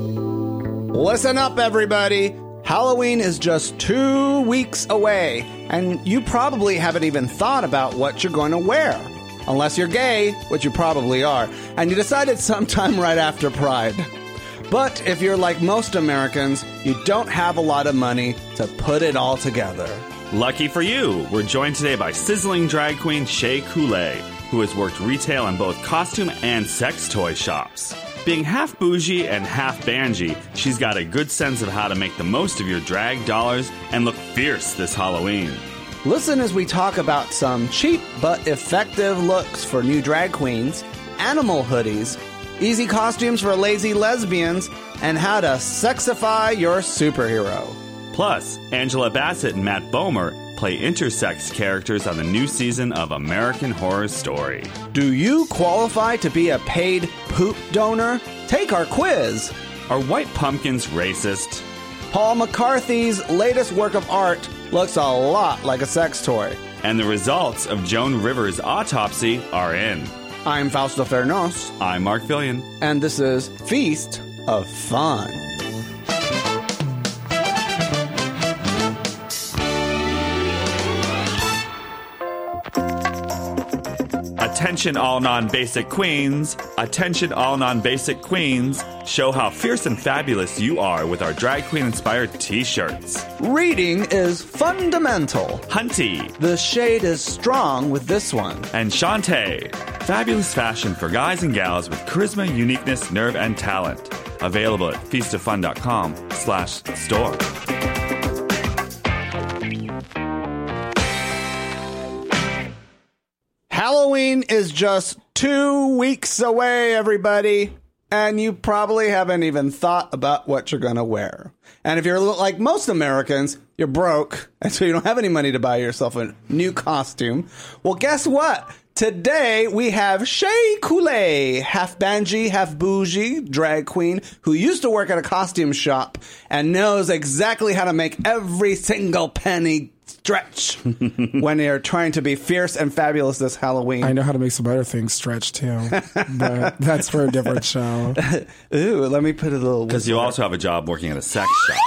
Listen up, everybody. Halloween is just two weeks away, and you probably haven't even thought about what you're going to wear. Unless you're gay, which you probably are, and you decided sometime right after Pride. But if you're like most Americans, you don't have a lot of money to put it all together. Lucky for you, we're joined today by sizzling drag queen Shay Coulee, who has worked retail in both costume and sex toy shops. Being half bougie and half banjee, she's got a good sense of how to make the most of your drag dollars and look fierce this Halloween. Listen as we talk about some cheap but effective looks for new drag queens, animal hoodies, easy costumes for lazy lesbians, and how to sexify your superhero. Plus, Angela Bassett and Matt Bomer play intersex characters on the new season of American Horror Story. Do you qualify to be a paid poop donor? Take our quiz. Are white pumpkins racist? Paul McCarthy's latest work of art looks a lot like a sex toy. And the results of Joan Rivers' autopsy are in. I'm Fausto Fernos, I'm Mark Fillion. and this is Feast of Fun. Attention, all non basic queens. Attention, all non basic queens. Show how fierce and fabulous you are with our drag queen inspired t shirts. Reading is fundamental. Hunty The shade is strong with this one. and Shantae. Fabulous fashion for guys and gals with charisma, uniqueness, nerve, and talent. Available at feastoffun.com slash store. Halloween is just two weeks away, everybody. And you probably haven't even thought about what you're going to wear. And if you're like most Americans, you're broke. And so you don't have any money to buy yourself a new costume. Well, guess what? Today we have Shay Coulee, half banjee, half bougie drag queen who used to work at a costume shop and knows exactly how to make every single penny stretch when they are trying to be fierce and fabulous this Halloween. I know how to make some other things stretch too, but that's for a different show. Ooh, let me put a little. Because you also have a job working at a sex shop.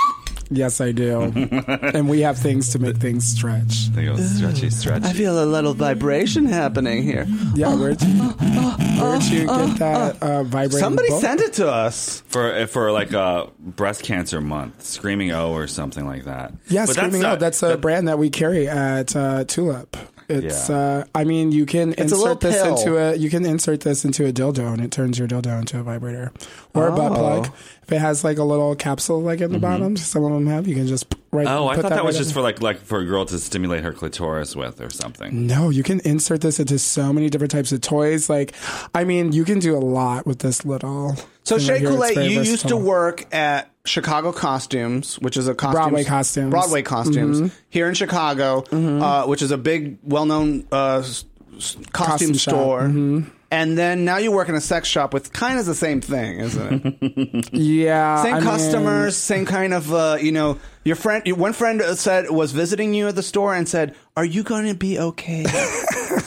Yes, I do. and we have things to make things stretch. There you go, stretchy, stretchy. I feel a little vibration happening here. Yeah, where'd you, where'd you get that uh, vibrating? Somebody book? send it to us. for for like a breast cancer month, screaming O or something like that. Yeah, But Screaming not- Out. That's a but- brand that we carry at uh, Tulip. It's. Yeah. Uh, I mean, you can a little insert this pill. into a. You can insert this into a dildo, and it turns your dildo into a vibrator or a butt Oh. plug. If it has like a little capsule like in the bottom, some of them have. You can just right. Mm-hmm. Oh, I put thought that, was right just in. for like like for a girl to stimulate her clitoris with or something. No, you can insert this into so many different types of toys. Like, I mean, you can do a lot with this little. So thing right Shay here. It's Coulee, very you used to versatile. work at Chicago Costumes, which is a costumes, Broadway Costumes. Mm-hmm. Broadway Costumes here in Chicago, uh, which is a big, well-known uh, s- s- costume, Costume shop, Mm-hmm. store. And then now you work in a sex shop with kind of the same thing, isn't it? Yeah, same I mean, customers, same kind of uh, you know. Your friend, your- one friend said was visiting you at the store and said, "Are you going to be okay? going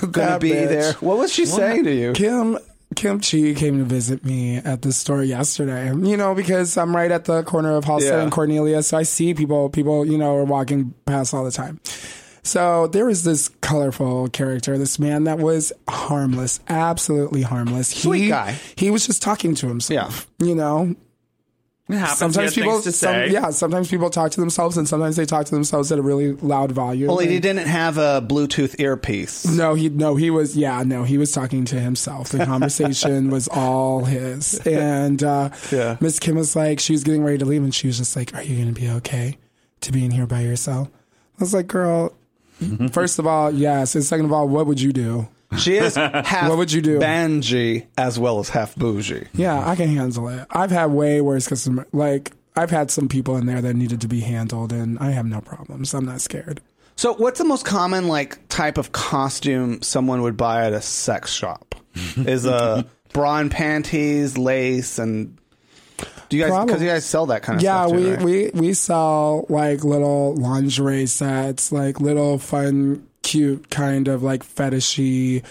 to That be bitch. there?" What was she saying to you? Kim Kim Chi came to visit me at the store yesterday. You know, because I'm right at the corner of Halstead Yeah. and Cornelia, so I see people. People, you know, are walking past all the time. So there was this colorful character, this man that was harmless, absolutely harmless. Sweet he, guy. He was just talking to himself. Yeah. You know, It happens. sometimes he had people, things to some- say. yeah, sometimes people talk to themselves and sometimes they talk to themselves at a really loud volume. Well, And- he didn't have a Bluetooth earpiece. No, he no, he was yeah, no, he was talking to himself. The conversation was all his. And uh Yeah. Miss Kim was like, she was getting ready to leave and she was just like, Are you gonna be okay to be in here by yourself? I was like, Girl, first of all, yes, and second of all, what would you do? She is half What would you do? Banji as well as half bougie. Yeah, I can handle it. I've had way worse customer like I've had some people in there that needed to be handled and I have no problems. I'm not scared. So, what's the most common like type of costume someone would buy at a sex shop? is a bra and panties, lace, and do you guys because Probably- you guys sell that kind of yeah, stuff? too, we, right? we we sell like little lingerie sets, like little fun, cute kind of like fetishy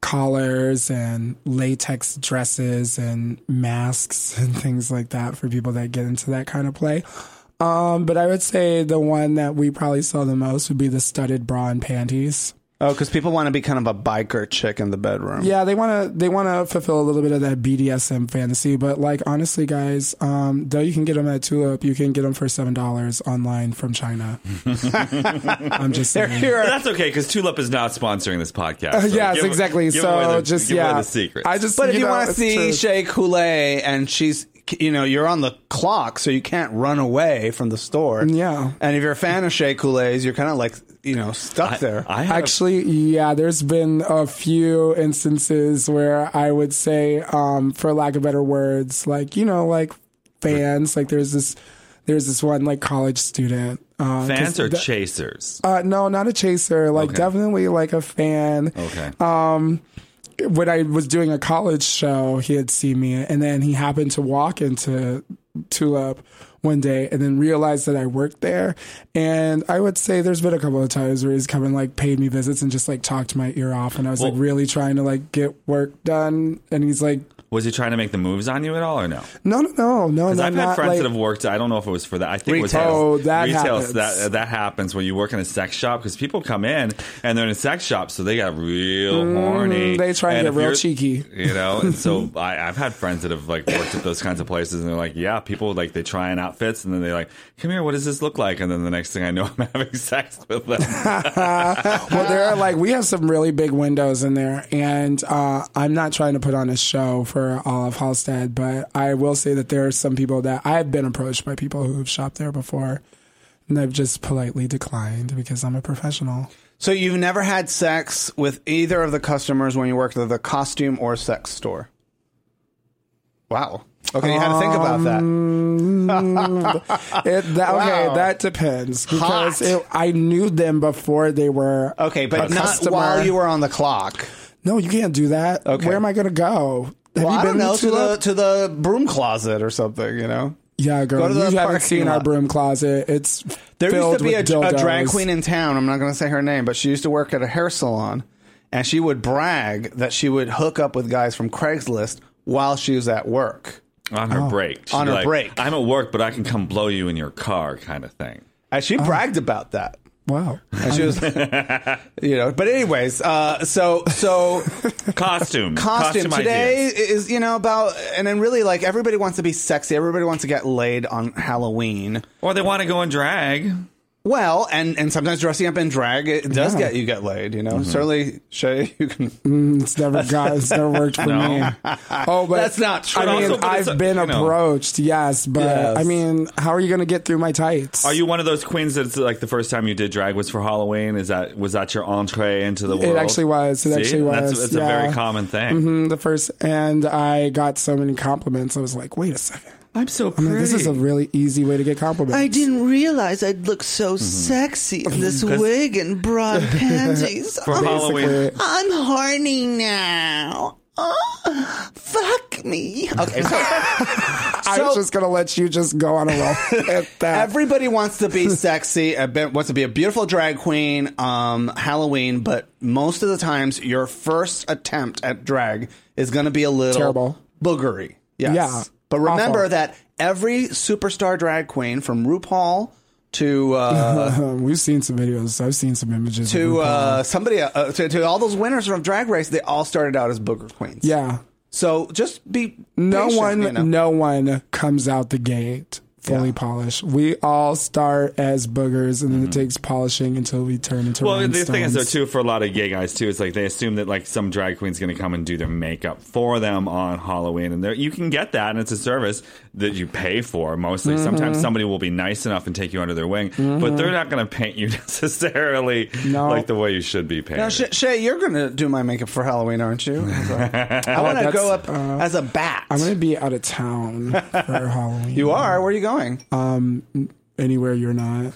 collars and latex dresses and masks and things like that for people that get into that kind of play. Um, but I would say the one that we probably sell the most would be the studded bra and panties. oh, because people want to be kind of a biker chick in the bedroom. Yeah, they want to they want to fulfill a little bit of that BDSM fantasy, but like honestly, guys, um, though you can get them at Tulip, you can get them for seven dollars online from China. I'm just They're saying. here. But that's okay because Tulip is not sponsoring this podcast. so Uh, yes, give- exactly. give so away the- just give away yeah, the secrets. I just But if you know, want to it's see true. Shea Coulee and she's, you know, you're on the clock, so you can't run away from the store. Yeah. And if you're a fan of Shea Coulee's, you're kind of like, you know, stuck there. I have Actually, yeah, there's been a few instances where I would say, um, for lack of better words, like you know, like fans. Like there's this, there's this one like college student. Uh, fans 'cause or the- chasers. Uh, no, not a chaser. Like Okay. definitely like a fan. okay. uh, Oh. When I was doing a college show, he had seen me, and then he happened to walk into Tulip one day, and then realized that I worked there. And I would say there's been a couple of times where he's come and like paid me visits and just like talked my ear off, and I was like Well- really trying to like get work done, and he's like, was he trying to make the moves on you at all or no? No, no, no, no, no, Because I've had not friends like, that have worked. I don't know if it was for that. I think Retail. it Oh, was that retail. happens. That that happens when you work in a sex shop because people come in and they're in a sex shop, so they got real horny. Mm, they try and get if real you're- cheeky. you know. And so I, I've had friends that have like worked at those kinds of places, and they're like, yeah, people like they try on outfits, and then they like, come here, what does this look like? And then the next thing I know, I'm having sex with them. well, there are like we have some really big windows in there, and uh, I'm not trying to put on a show for Olive Halstead, but I will say that there are some people that I've been approached by people who've shopped there before, and I've just politely declined because I'm a professional. so you've never had sex with either of the customers when you worked at the costume or sex store. Wow. Okay, you had to think about Um, that. It, that, Uh, Wow. Okay, that depends because Hot. it, I knew them before they were. Okay, but a not customer. while you were on the clock. No, you can't do that. Okay. Where am I going to go? Have Well, you I been don't know, to to the- the, to the broom closet or something, you know? Yeah, girl. Go to the you parking haven't seen our lot. broom closet. It's There filled used to be a, with a drag dildos. queen in town. I'm not going to say her name, but she used to work at a hair salon, and she would brag that she would hook up with guys from Craigslist while she was at work. on Oh, her break. She'd On be her like, break. I'm at work, but I can come blow you in your car, kind of thing. And she Oh. bragged about that. Wow. And she was, you know. But anyways, uh, so so Costume, costume today ideas. is you know about, and then really like everybody wants to be sexy. Everybody wants to get laid on Halloween. or they want to go in drag. Well, and and sometimes dressing up in drag it does get you get laid. You know, Mm-hmm. certainly Shay, you can It's never got. It's never worked for me. Oh, but That's not true. I mean, Also, but it's I've a- been you know. approached, yes, but Yes. I mean, how are you going to get through my tights? Are you one of those queens that's like the first time you did drag was for Halloween? Is that was that your entree into the world? actually was. It See? actually That's- was, It's a very yeah. common thing. Mm, the first? And I got so many compliments. I was like, wait a second. I'm so I pretty. mean, this is a really easy way to get compliments. I didn't realize I'd look so sexy in this wig and broad panties. for I'm, Halloween. I'm horny now. Oh, fuck me. Okay, so, I was just going to let you just go on a roll at that. Everybody wants to be sexy, a bit- wants to be a beautiful drag queen, um, Halloween, but most of the times your first attempt at drag is going to be a little Terrible. boogery. Yes. Yeah. But remember Awful. that every superstar drag queen from RuPaul to uh, Um, We've seen some videos. I've seen some images. of to RuPaul. uh, somebody uh, to, to all those winners from Drag Race. They all started out as booger queens. yeah, So just be no patient, one, you know. no one comes out the gate fully Yeah. polished. We all start as boogers, and then it takes polishing until we turn into. Well, the thing is, though, rhinestones. too, for a lot of gay guys, too, it's like they assume that like some drag queen's going to come and do their makeup for them on Halloween, and there you can get that, and it's a service that you pay for mostly. Mm-hmm. Sometimes somebody will be nice enough and take you under their wing, but they're not going to paint you necessarily No. like the way you should be painted. Now, Shay, Shay, you're gonna do my makeup for Halloween, aren't you? I want to that's, go up uh, as a bat. I'm gonna be out of town for Halloween. you are. Where are you going? Uh, anywhere you're not.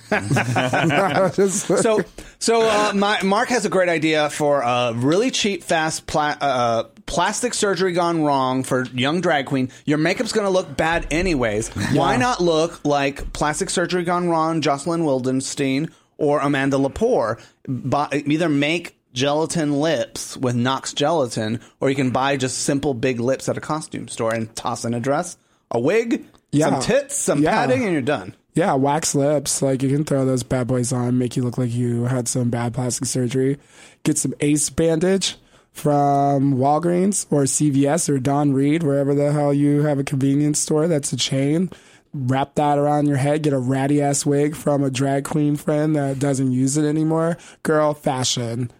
Just- so so uh, my, Mark has a great idea for a really cheap, fast pla- uh, plastic surgery gone wrong for young drag queen. Your makeup's going to look bad anyways. Why not look like plastic surgery gone wrong, Jocelyn Wildenstein or Amanda Lepore? Buy, either make gelatin lips with Knox gelatin, or you can buy just simple big lips at a costume store and toss in a dress, a wig, Yeah. some tits, some Yeah. padding, and you're done. yeah, wax lips. Like you can throw those bad boys on, make you look like you had some bad plastic surgery. Get some Ace bandage from Walgreens or CVS or Don Reed, wherever the hell you have a convenience store that's a chain. Wrap that around your head. Get a ratty ass wig from a drag queen friend that doesn't use it anymore. Girl, fashion.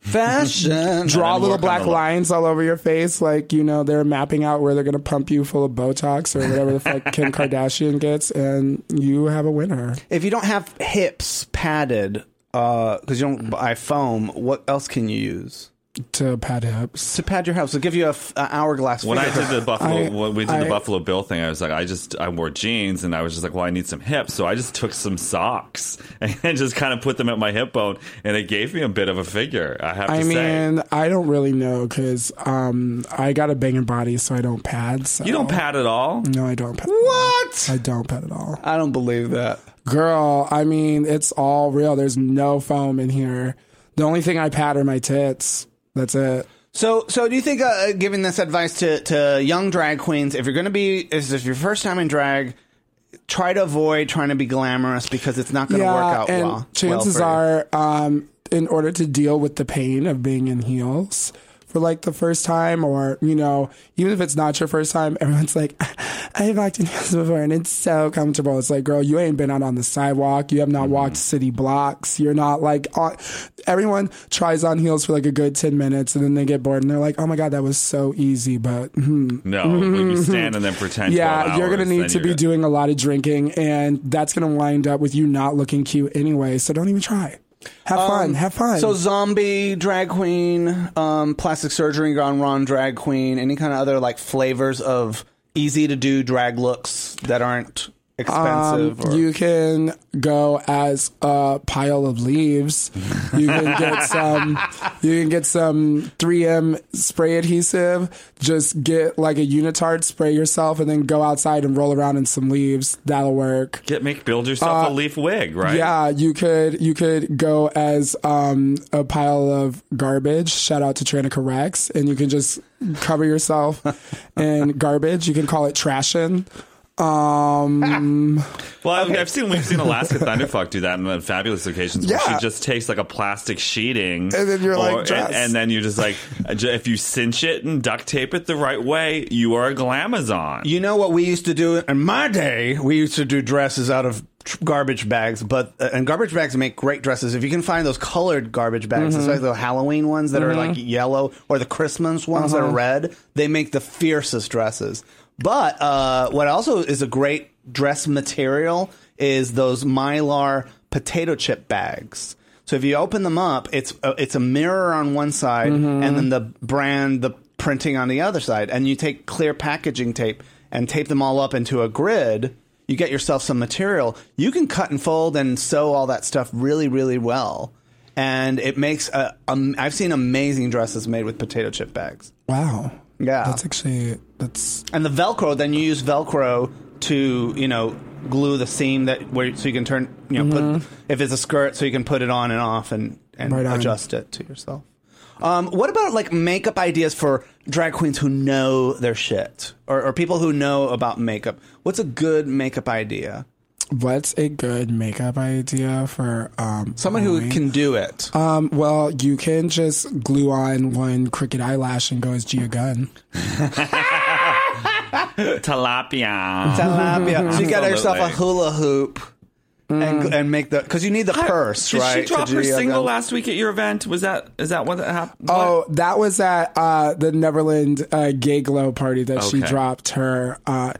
Fashion. draw then little work on black the look. lines all over your face, like you know they're mapping out where they're gonna pump you full of Botox or whatever the fuck Kim Kardashian gets, and you have a winner. if you don't have hips padded because you Mm. don't buy foam, what else can you use To pat hips. to pad your house? They'll give you a, f- a hourglass. When I figure. did the Buffalo, I- when we did the I- Buffalo Bill thing, I was like, I just I wore jeans, and I was just like, well, I need some hips, so I just took some socks and just kind of put them at my hip bone, and it gave me a bit of a figure. I have to I say. mean, I don't really know because um, I got a banging body, so I don't pad. So. You don't pat at all. No, I don't pat. at all. what? I don't pat at all. I don't believe that. Girl, I mean, it's all real. There's no foam in here. The only thing I pat are my tits. That's it. So, so do you think uh, giving this advice to, to young drag queens, if you're going to be, is if your first time in drag, try to avoid trying to be glamorous because it's not going to work out and well. Chances well for you. are, um, in order to deal with the pain of being in heels for like the first time, or you know, even if it's not your first time, everyone's like, I've walked in heels before and it's so comfortable. It's like, girl, you ain't been out on the sidewalk. You have Mm-hmm. not walked city blocks. You're not like on. Everyone tries on heels for like a good ten minutes, and then they get bored and they're like, Oh my god, that was so easy, but No, when you stand and then pretend. yeah, 12 you're going hours, to then need to you're be gonna- doing a lot of drinking, and that's going to wind up with you not looking cute anyway. So don't even try. Have fun. Have fun. So zombie drag queen, um, plastic surgery gone wrong drag queen, any kind of other like flavors of easy to do drag looks that aren't expensive. or, you can go as a pile of leaves. You can get some. You can get some 3M spray adhesive. Just get like a unitard, spray yourself, and then go outside and roll around in some leaves. That'll work. Get make build yourself a leaf wig, right? Uh, Yeah, you could you could go as um, a pile of garbage. Shout out to Tranica Rex, and you can just cover yourself in garbage. You can call it trashing. Um, Well, I've- I've seen we've seen Alaska Thunderfuck do that on fabulous occasions. where Yeah. she just takes like a plastic sheeting, And then you're, like, and, dressed. and then you just like, j- if you cinch it and duct tape it the right way, you are a glamazon. You know what we used to do in my day? We used to do dresses out of tr- garbage bags, but uh, and garbage bags make great dresses if you can find those colored garbage bags, it's like the Halloween ones that are like yellow or the Christmas ones that are red. They make the fiercest dresses. But uh, what also is a great dress material is those mylar potato chip bags. So if you open them up, it's a, it's a mirror on one side, and then the brand, the printing on the other side. And you take clear packaging tape and tape them all up into a grid. You get yourself some material. You can cut and fold and sew all that stuff really, really well. And it makes a, um, I've seen amazing dresses made with potato chip bags. wow. Yeah. that's actually that's And the Velcro, then you use Velcro to, you know, glue the seam that where so you can turn, you know, put if it's a skirt, so you can put it on and off and and Mm-hmm. Right on. adjust it to yourself. Um, what about like makeup ideas for drag queens who know their shit or, or people who know about makeup? What's a good makeup idea? What's a good makeup idea for um Someone who Halloween? can do it. um well you can just glue on one crooked eyelash and go as Gia Gunn. Tilapia. Tilapia. So you got Absolutely. yourself a hula hoop Mm. and and make the because you need the purse, Did right? she drop to her do yoga. single last week at your event? Was that is that what that happened? Oh, that was at uh, the Neverland uh, Gay Glow party that she Okay. dropped her uh,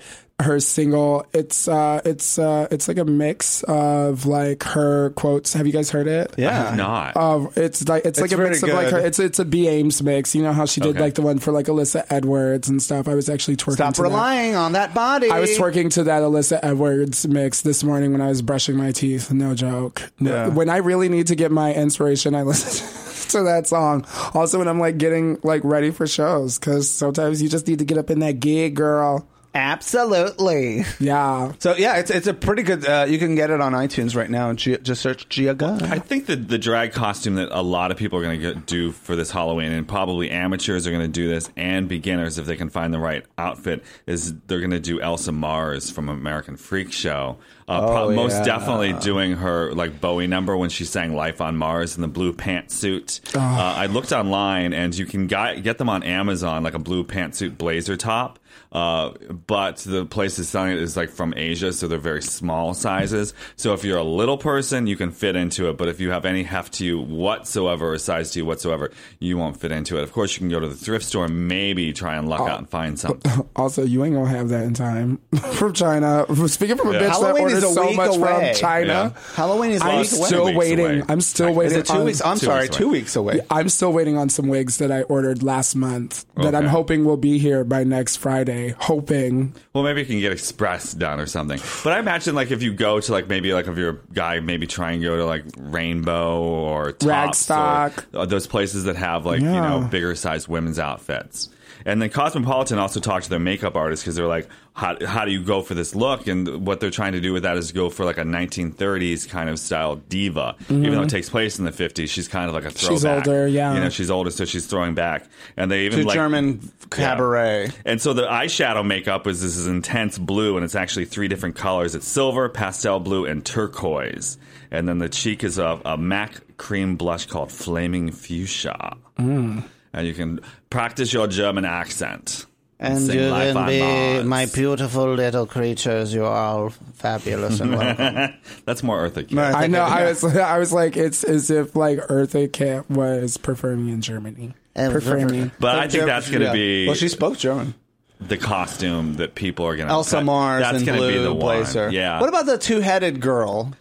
her single. It's uh, it's uh, it's like a mix of like her quotes. Have you guys heard it? Yeah. not. Of it's like it's, like a very mix of like good. her. It's it's a B Ames mix. You know how she did Okay. like the one for like Alyssa Edwards and stuff. I was actually twerking. Stop to that. relying on that body. I was twerking to that Alyssa Edwards mix this morning when I was brushing my teeth. No joke. No- Yeah. When I really need to get my inspiration, I listen to that song. Also, when I'm like getting like ready for shows, because sometimes you just need to get up in that gig, girl. Absolutely. Yeah. So yeah, it's it's a pretty good. Uh, you can get it on iTunes right now and Gia, just search Gia Gunn. I think that the drag costume that a lot of people are going to do for this Halloween, and probably amateurs are going to do this, and beginners if they can find the right outfit, is they're going to do Elsa Mars from American Freak Show. Uh, pro- Most yeah. definitely doing her like Bowie number when she sang "Life on Mars" in the blue pantsuit. Uh, I looked online, and you can gui- get them on Amazon, like a blue pantsuit blazer top. Uh, but the place is selling it is like from Asia, so they're very small sizes. So if you're a little person, you can fit into it. But if you have any heft to you whatsoever or size to you whatsoever, you won't fit into it. Of course, you can go to the thrift store, and maybe try and luck out and find something. Also, you ain't gonna have that in time from China. Speaking from a bitch that Halloween is orders a so week much away. from China, Yeah. Halloween is I'm last weeks still away. waiting. Two weeks away. I'm still Is it waiting. Is it two on- weeks? I'm two sorry, weeks away. two weeks away. I'm still waiting on some wigs that I ordered last month that I'm Okay. hoping will be here by next Friday. Hoping. Well, maybe you can get express done or something. But I imagine like if you go to like maybe like if you're a guy, maybe try and go to like Rainbow or Tops Ragstock. or uh, those places that have like Yeah. you know bigger sized women's outfits. And then Cosmopolitan also talked to their makeup artists because they're like, how, how do you go for this look? And what they're trying to do with that is go for like a 1930s kind of style diva, even though it takes place in the 50s. She's kind of like a throwback. Mm-hmm. She's older, yeah. You know, she's older, so she's throwing back. And they even to like German cabaret. and so the eyeshadow makeup is this is intense blue, and it's actually three different colors: it's silver, pastel blue, and turquoise. And then the cheek is a, a MAC cream blush called Flaming Fuchsia. Hmm. And you can practice your German accent. And sing you Life can on be Mars. my beautiful little creatures. You're all fabulous and welcome. That's more Eartha Kitt. Right. I, think know. I- I was. I was like, it's as if like Eartha Kitt was performing in Germany. And- Performing. But I think that's going to Yeah. be Well, she spoke German. the costume that people are going to. Elsa Mars That's and gonna blue be the blazer. One. Yeah. What about the two-headed girl?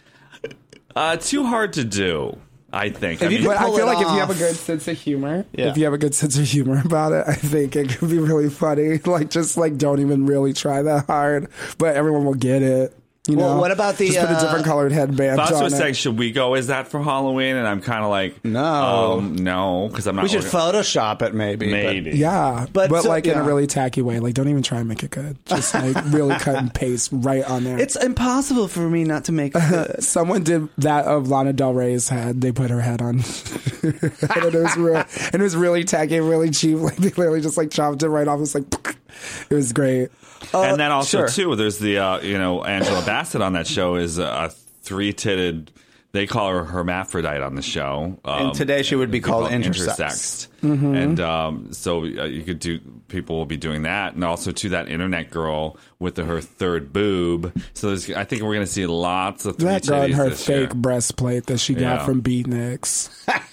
Uh, too hard to do. I think. I you mean, could But I pull feel it like if you have a off. good sense of humor, Yeah. if you have a good sense of humor about it, I think it could be really funny. Like just like don't even really try that hard, but everyone will get it. You Well, know, what about the, just put a uh, different colored headband Foster on was saying, it? "Should we go? Is that for Halloween?" And I'm kind of like, No. um, no," because I'm not. We should organ- Photoshop it, maybe. but- Oh, maybe. Yeah, But but, so- like in yeah. a really tacky way. Like don't even try and make it good. Just like really cut and paste right on there. It's impossible for me not to make it. Someone did that of Lana Del Rey's head. They put her head on, and it was real, and it was really tacky, and really cheap. Like they literally just like chopped it right off. It was like, it was great. and then also sure. too, there's the uh, you know Angela Bassett on that show is a three titted. They call her hermaphrodite on the show. Um, And today she would be it'd called intersexed. And um, so uh, you could do people will be doing that, and also to that internet girl with the, her third boob. So there's, I think we're going to see lots of three That girl and titties her this fake year. breastplate that she Yeah. got from Beatniks.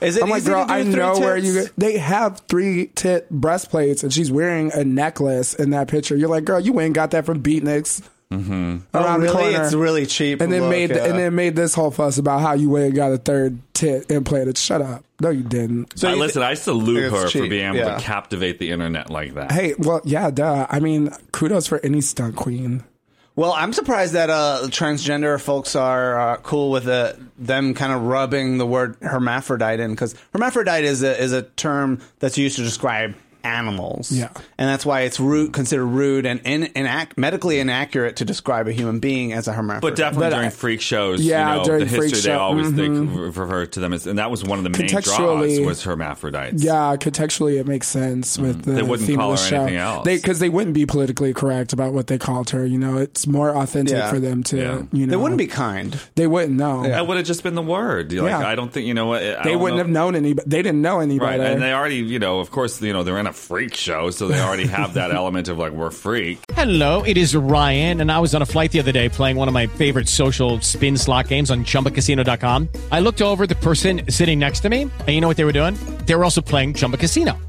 Is it I'm like, easy girl, to do I three know where tits? you. They have three tit breastplates, and she's wearing a necklace in that picture. You're like, girl, you ain't got that from Beatniks. Mm-hmm. Oh, Around really? the corner. It's really cheap. and then look, made yeah. and then made this whole fuss about how you went and got a third tit implanted. Shut up! No, you didn't. I, you- listen, I salute It's her for cheap, being able yeah. to captivate the internet like that. Hey, well, yeah, duh. I mean, kudos for any stunt queen. Well, I'm surprised that uh, transgender folks are uh, cool with uh, them kind of rubbing the word hermaphrodite in because hermaphrodite is a is a term that's used to describe animals. Yeah. And that's why it's rude, considered rude and in, inac- medically inaccurate to describe a human being as a hermaphrodite. But definitely But uh, during I- freak shows, Yeah, you know, during the history freak they show, mm-hmm. always they refer to them as, and that was one of the main draws Contextually- was hermaphrodites. Yeah, contextually it makes sense with the Mm, They wouldn't theme call of her the show. anything else. because they wouldn't be politically correct about what they called her. You know, it's more authentic Yeah. for them to. Yeah. You know, They wouldn't be kind. They wouldn't know. That would have just been the word. Like, Yeah. I don't think, you know what? I They don't wouldn't know- have known any. They didn't know any Right, better. and they already, you know, of course, you know, they're in a freak show, so they already have that element of like we're freak. Hello, it is Ryan, and I was on a flight the other day playing one of my favorite social spin slot games on chumbacasino.com. I looked over at the person sitting next to me, and you know what they were doing? They were also playing Chumba Casino.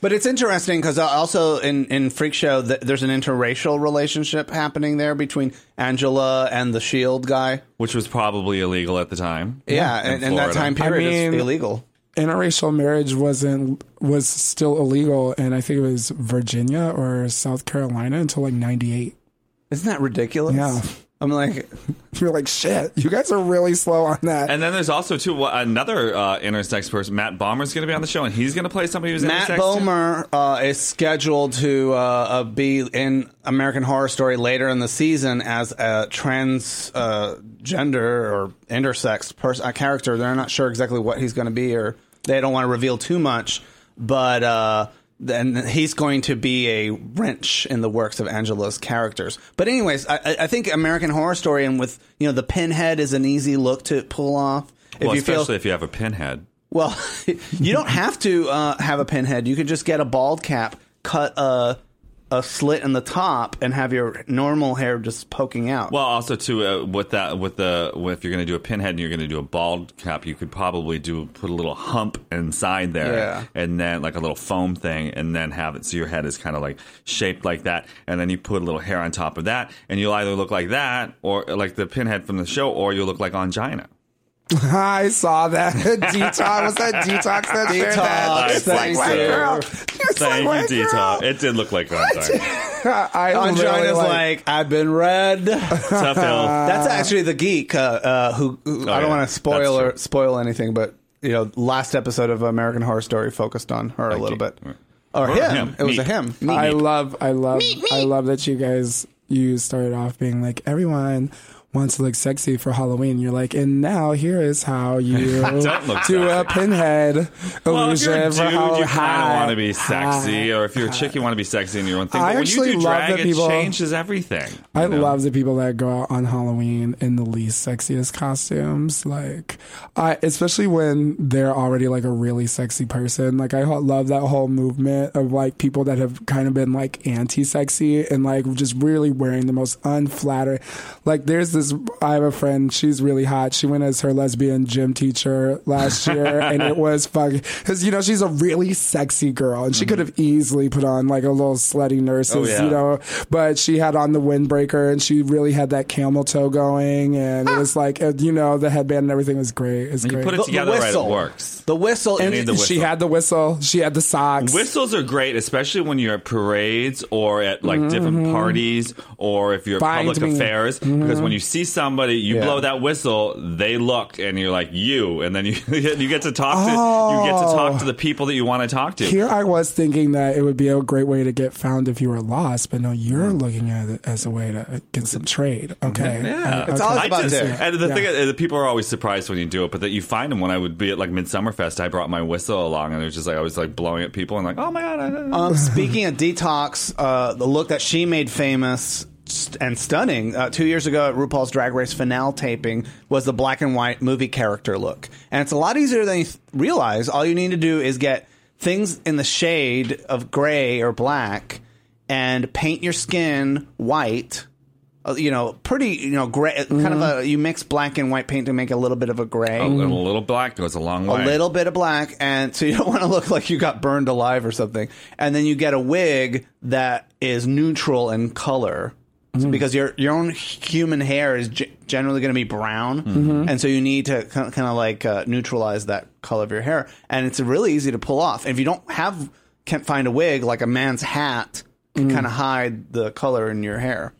But it's interesting because also in, in Freak Show, th- there's an interracial relationship happening there between Angela and the Shield E guy. which was probably illegal at the time. Yeah, and, and that Florida. time period I is mean- illegal. Interracial marriage wasn't was still illegal, and I think it was Virginia or South Carolina until like '98. Isn't that ridiculous? Yeah. I'm like, You're like, shit. You guys are really slow on that. And then there's also too wha- another uh, intersex person. Matt Bomber's going to be on the show, and he's going to play somebody who's Matt intersex. too. Bomer uh, is scheduled to uh, uh, be in American Horror Story later in the season as a transgender uh, gender or intersex person, a character. They're not sure exactly what he's going to be, or they don't want to reveal too much. But uh, then he's going to be a wrench in the works of Angela's characters. But anyways, I, I- I think American Horror Story and with you know the pinhead is an easy look to pull off. If Well, you especially feel if you have a pinhead. well, you don't have to uh, have a pinhead. You could just get a bald cap, cut a a slit in the top, and have your normal hair just poking out. Well, also too uh, with that with the if you're going to do a pinhead and you're going to do a bald cap, you could probably do put a little hump inside there, Yeah. and then like a little foam thing, and then have it so your head is kind of like shaped like that, and then you put a little hair on top of that, and you'll either look like that or like the pinhead from the show, or you'll look like Angina. I saw that. Detox. Was that Detox that shared that? Detox, It's Oh, like, thank white you. girl. It's like, Thank white you, girl. Detox. It did look like Angina. I Angina's really like, like, I've been read. That's Tough L. actually the geek uh, uh, who, who- I Oh, yeah, don't want that's to spoil true. or spoil anything, but you know, last episode of American Horror Story focused on her a little geek. bit, or Or him. him. It was a Meek. him. I love, I love, I love that you guys you started off being like everyone wants to look sexy for Halloween. You're like, and now here is how you do look a sexy. pinhead Well, if illusion you're a for dude, Halloween. you kind of Hi. want to be Hi. sexy, or if you're a chick, you want to be sexy in your own thing. I But when actually you do love drag, that people- it changes everything. I you know? love the people that go out on Halloween in the least sexiest costumes. Like, I especially when they're already like a really sexy person. Like, I ho- love that whole movement of like people that have kind of been like anti-sexy and like just really wearing the most unflattering. Like, there's this. I have a friend. She's really hot. She went as her lesbian gym teacher last year, and it was fucking because you know she's a really sexy girl, and she could have easily put on like a little slutty nurse's, Mm-hmm. Oh, yeah. you know but she had on the windbreaker and she really had that camel toe going and it was like uh, you know the headband and everything was great it's Ah! You great put it together right, it whistle. works. The whistle need and the she whistle. had the whistle she had the socks Whistles are great, especially when you're at parades or at like different parties or if you're at Bind public Mm-hmm. me. Mm-hmm. affairs. Because when you see somebody, you blow that whistle, they look and you're like you, and then you you get to talk to you get to Oh. talk to the people that you want to talk to. here I was thinking that it would be a great way to get found if you were lost, but no, you're Mm. looking at it as a way to get some trade. Okay, Yeah, Okay. always about just- dick. And the Yeah. thing is, the people are always surprised when you do it, but that you find them. When I would be at like Midsummer Fest, I brought my whistle along, and it was just like I was like blowing at people and like, oh my god. I- I- I- Um, speaking of detox, uh, the look that she made famous st- and stunning uh, two years ago at RuPaul's Drag Race finale taping was the black and white movie character look. And it's a lot easier than you th- realize. All you need to do is get things in the shade of gray or black and paint your skin white. uh, You know, pretty, you know, gray, kind of a, you mix black and white paint to make a little bit of a gray. A, and a Mm. little black goes a long way. A little bit of black, and so you don't want to look like you got burned alive or something. And then you get a wig that is neutral in color. So Because your your own human hair is g- generally going to be brown, Mhm. and so you need to kind of like uh, neutralize that color of your hair, and it's really easy to pull off. If you don't have can't find a wig, like a man's hat can Mm. kind of hide the color in your hair.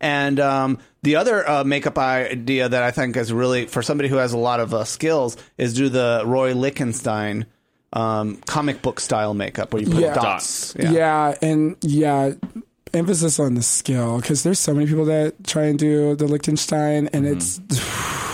And um, the other uh, makeup idea that I think is really for somebody who has a lot of uh, skills is do the Roy Lichtenstein um, comic book style makeup where you put dots. Yeah. and yeah, emphasis on the skill because there's so many people that try and do the Liechtenstein, and Mm-hmm. it's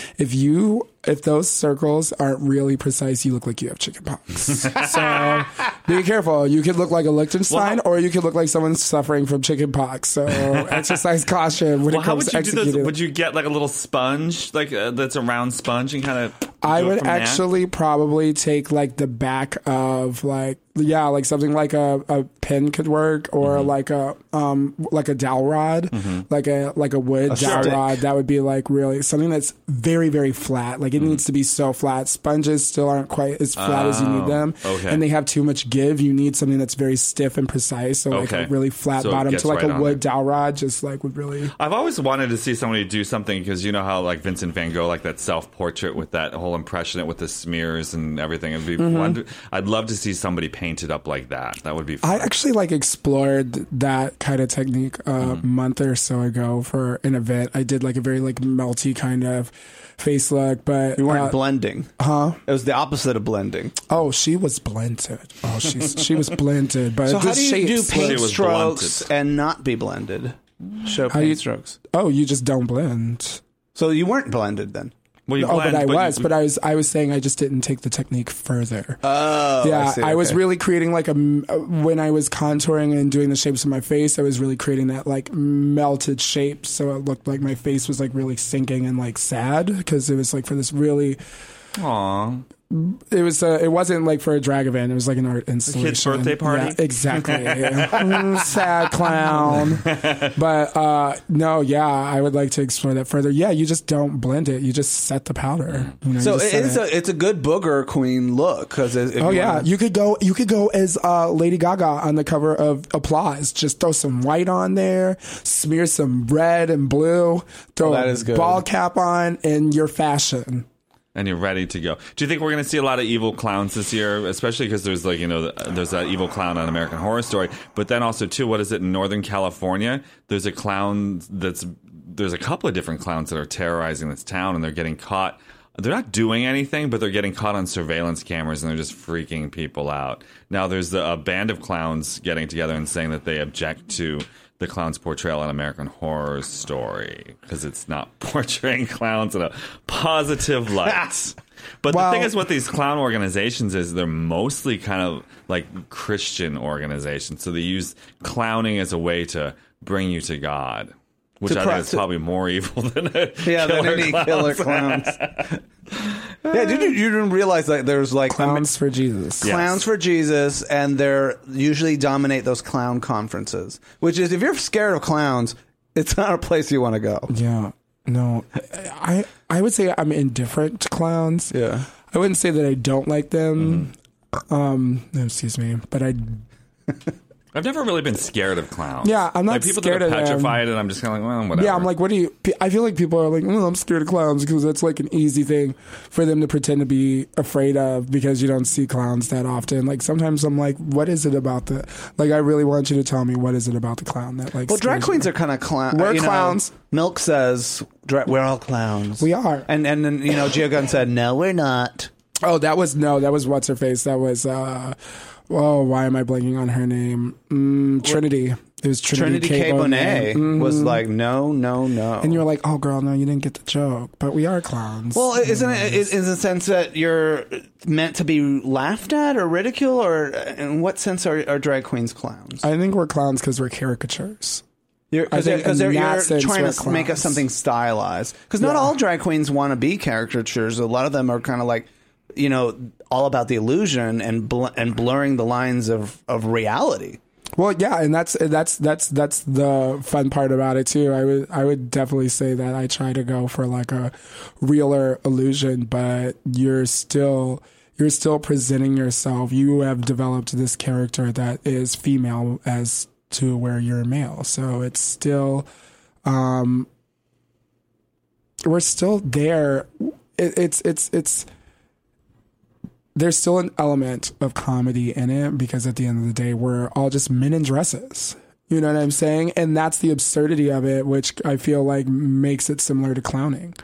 if you if those circles aren't really precise, you look like you have chickenpox. so be careful. You could look like a Liechtenstein, or you could look like someone suffering from chickenpox. So exercise caution when Well, it how would comes to you do this? executing. Would you get like a little sponge, like uh, that's a round sponge, and kind of? I would actually probably take like the back of like yeah, like something like a, a pin could work or Mm-hmm. like a um like a dowel rod, like a like a wood A dowel stick. rod. That would be like really something that's very very flat. Like it Mm-hmm. needs to be so flat. Sponges still aren't quite as flat as you Oh, need them, okay. and they have too much give. You need something that's very stiff and precise. So like Okay. a really flat So it bottom. gets So like right a on wood dowel rod just like would really. I've always wanted to see somebody do something because you know how like Vincent Van Gogh, like that self portrait with that whole impressionist with the smears and everything. It'd be Mhm. wonder- I'd love to see somebody painted up like that. That would be. Fun. I actually like explored that kind of technique a month or so ago for an event. I did like a very like melty kind of face look, but You weren't uh, blending. Huh? It was the opposite of blending. Oh, she was blended. Oh, she's she was blended. But so how the do you do shapes paint look- strokes and not be blended? Show How paint you- strokes. Oh, you just don't blend. So you weren't blended then. Well, oh, but I was, but I was, I was saying I just didn't take the technique further. Oh, I yeah, see, I, was okay. really creating like a m- uh, when I was contouring and doing the shapes of my face, I was really creating that like melted shape, so it looked like my face was like really sinking and like sad because it was like for this really. Aww. It was. Uh, it wasn't like for a drag event. It was like an art installation. birthday party? Yeah, exactly. Mm, sad clown. But uh, no, yeah, I would like to explore that further. Yeah, you just don't blend it. You just set the powder. You know, you So just it set is a it's a good booger queen look because oh yeah, you could go. You could go as uh, Lady Gaga on the cover of Applause. Just throw some white on there, smear some red and blue, throw that a is good. ball cap on, and your fashion. and you're ready to go. Do you think we're going to see a lot of evil clowns this year, especially because there's like you know th- there's that evil clown on American Horror Story, but then also too, what is it in Northern California? There's a clown that's there's a couple of different clowns that are terrorizing this town, and they're getting caught. They're not doing anything, but they're getting caught on surveillance cameras, and they're just freaking people out. Now there's the, a band of clowns getting together and saying that they object to the clown's portrayal on American Horror Story because it's not portraying clowns in a positive light. But the thing is, what these clown organizations is, they're mostly kind of like Christian organizations. So they use clowning as a way to bring you to God, which To I pro- think is to- probably more evil than a Yeah, killer than any killer clowns. yeah, did you, you didn't realize that there's like um, clowns for Jesus. Clowns for Jesus, and they're usually dominate those clown conferences. Which is if you're scared of clowns, it's not a place you want to go. Yeah. No, I I would say I'm indifferent to clowns. Yeah. I wouldn't say that I don't like them. Mm-hmm. Um, no, excuse me, but I I've never really been scared of clowns. Yeah, I'm not like, people scared that of are them. petrified, and I'm just kind of like, well, whatever. Yeah, I'm like, what do you? pe- I feel like people are like, oh, I'm scared of clowns because that's like an easy thing for them to pretend to be afraid of because you don't see clowns that often. Like sometimes I'm like, what is it about the? Like I really want you to tell me what is it about the clown that like. Well, drag scares queens you? are kind of clowns. We're clowns. Milk says dra- we're all clowns. We are. And and then you know Geogun said no, we're not. Oh, that was no, that was what's her face. That was uh, oh, why am I blanking on her name? Mm, Trinity. It was Trinity, Trinity K. Bonet was Mhm. like no, no, no. and you were like, oh, girl, no, you didn't get the joke, but we are clowns. Well, isn't it is, is the sense that you're meant to be laughed at or ridiculed, or in what sense are, are drag queens clowns? I think we're clowns because we're caricatures. I Because they're, think 'cause in they're- that you're sense, trying to we're s- make us clowns. something stylized. Because not all drag queens want to be caricatures. A lot of them are kind of like, you know, all about the illusion and bl- and blurring the lines of, of reality. Well, yeah, and that's and that's that's that's the fun part about it too. I would I would definitely say that I try to go for like a realer illusion, but you're still you're still presenting yourself. You have developed this character that is female as to where you're male. So it's still um we're still there. It, it's it's it's there's still an element of comedy in it because at the end of the day, we're all just men in dresses. You know what I'm saying? And that's the absurdity of it, which I feel like makes it similar to clowning.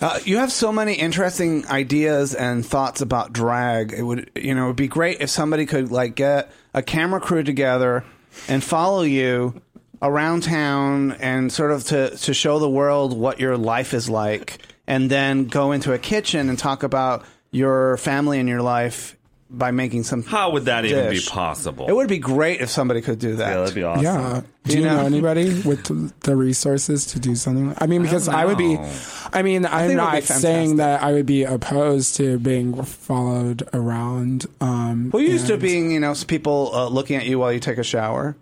Uh, you have so many interesting ideas and thoughts about drag. It would, you know, it would be great if somebody could like get a camera crew together and follow you around town and sort of to to show the world what your life is like, and then go into a kitchen and talk about your family and your life by making some. How would that even be dish. possible? It would be great if somebody could do that. Yeah, that'd be Yeah. Do you, know, anybody with the resources to do something? Like, I mean, because I, would be, I mean, think it would I'm be not fantastic. saying that I would be opposed to being followed around. Um, Well, you used to being, you know, s- people uh, looking at you while you take a shower.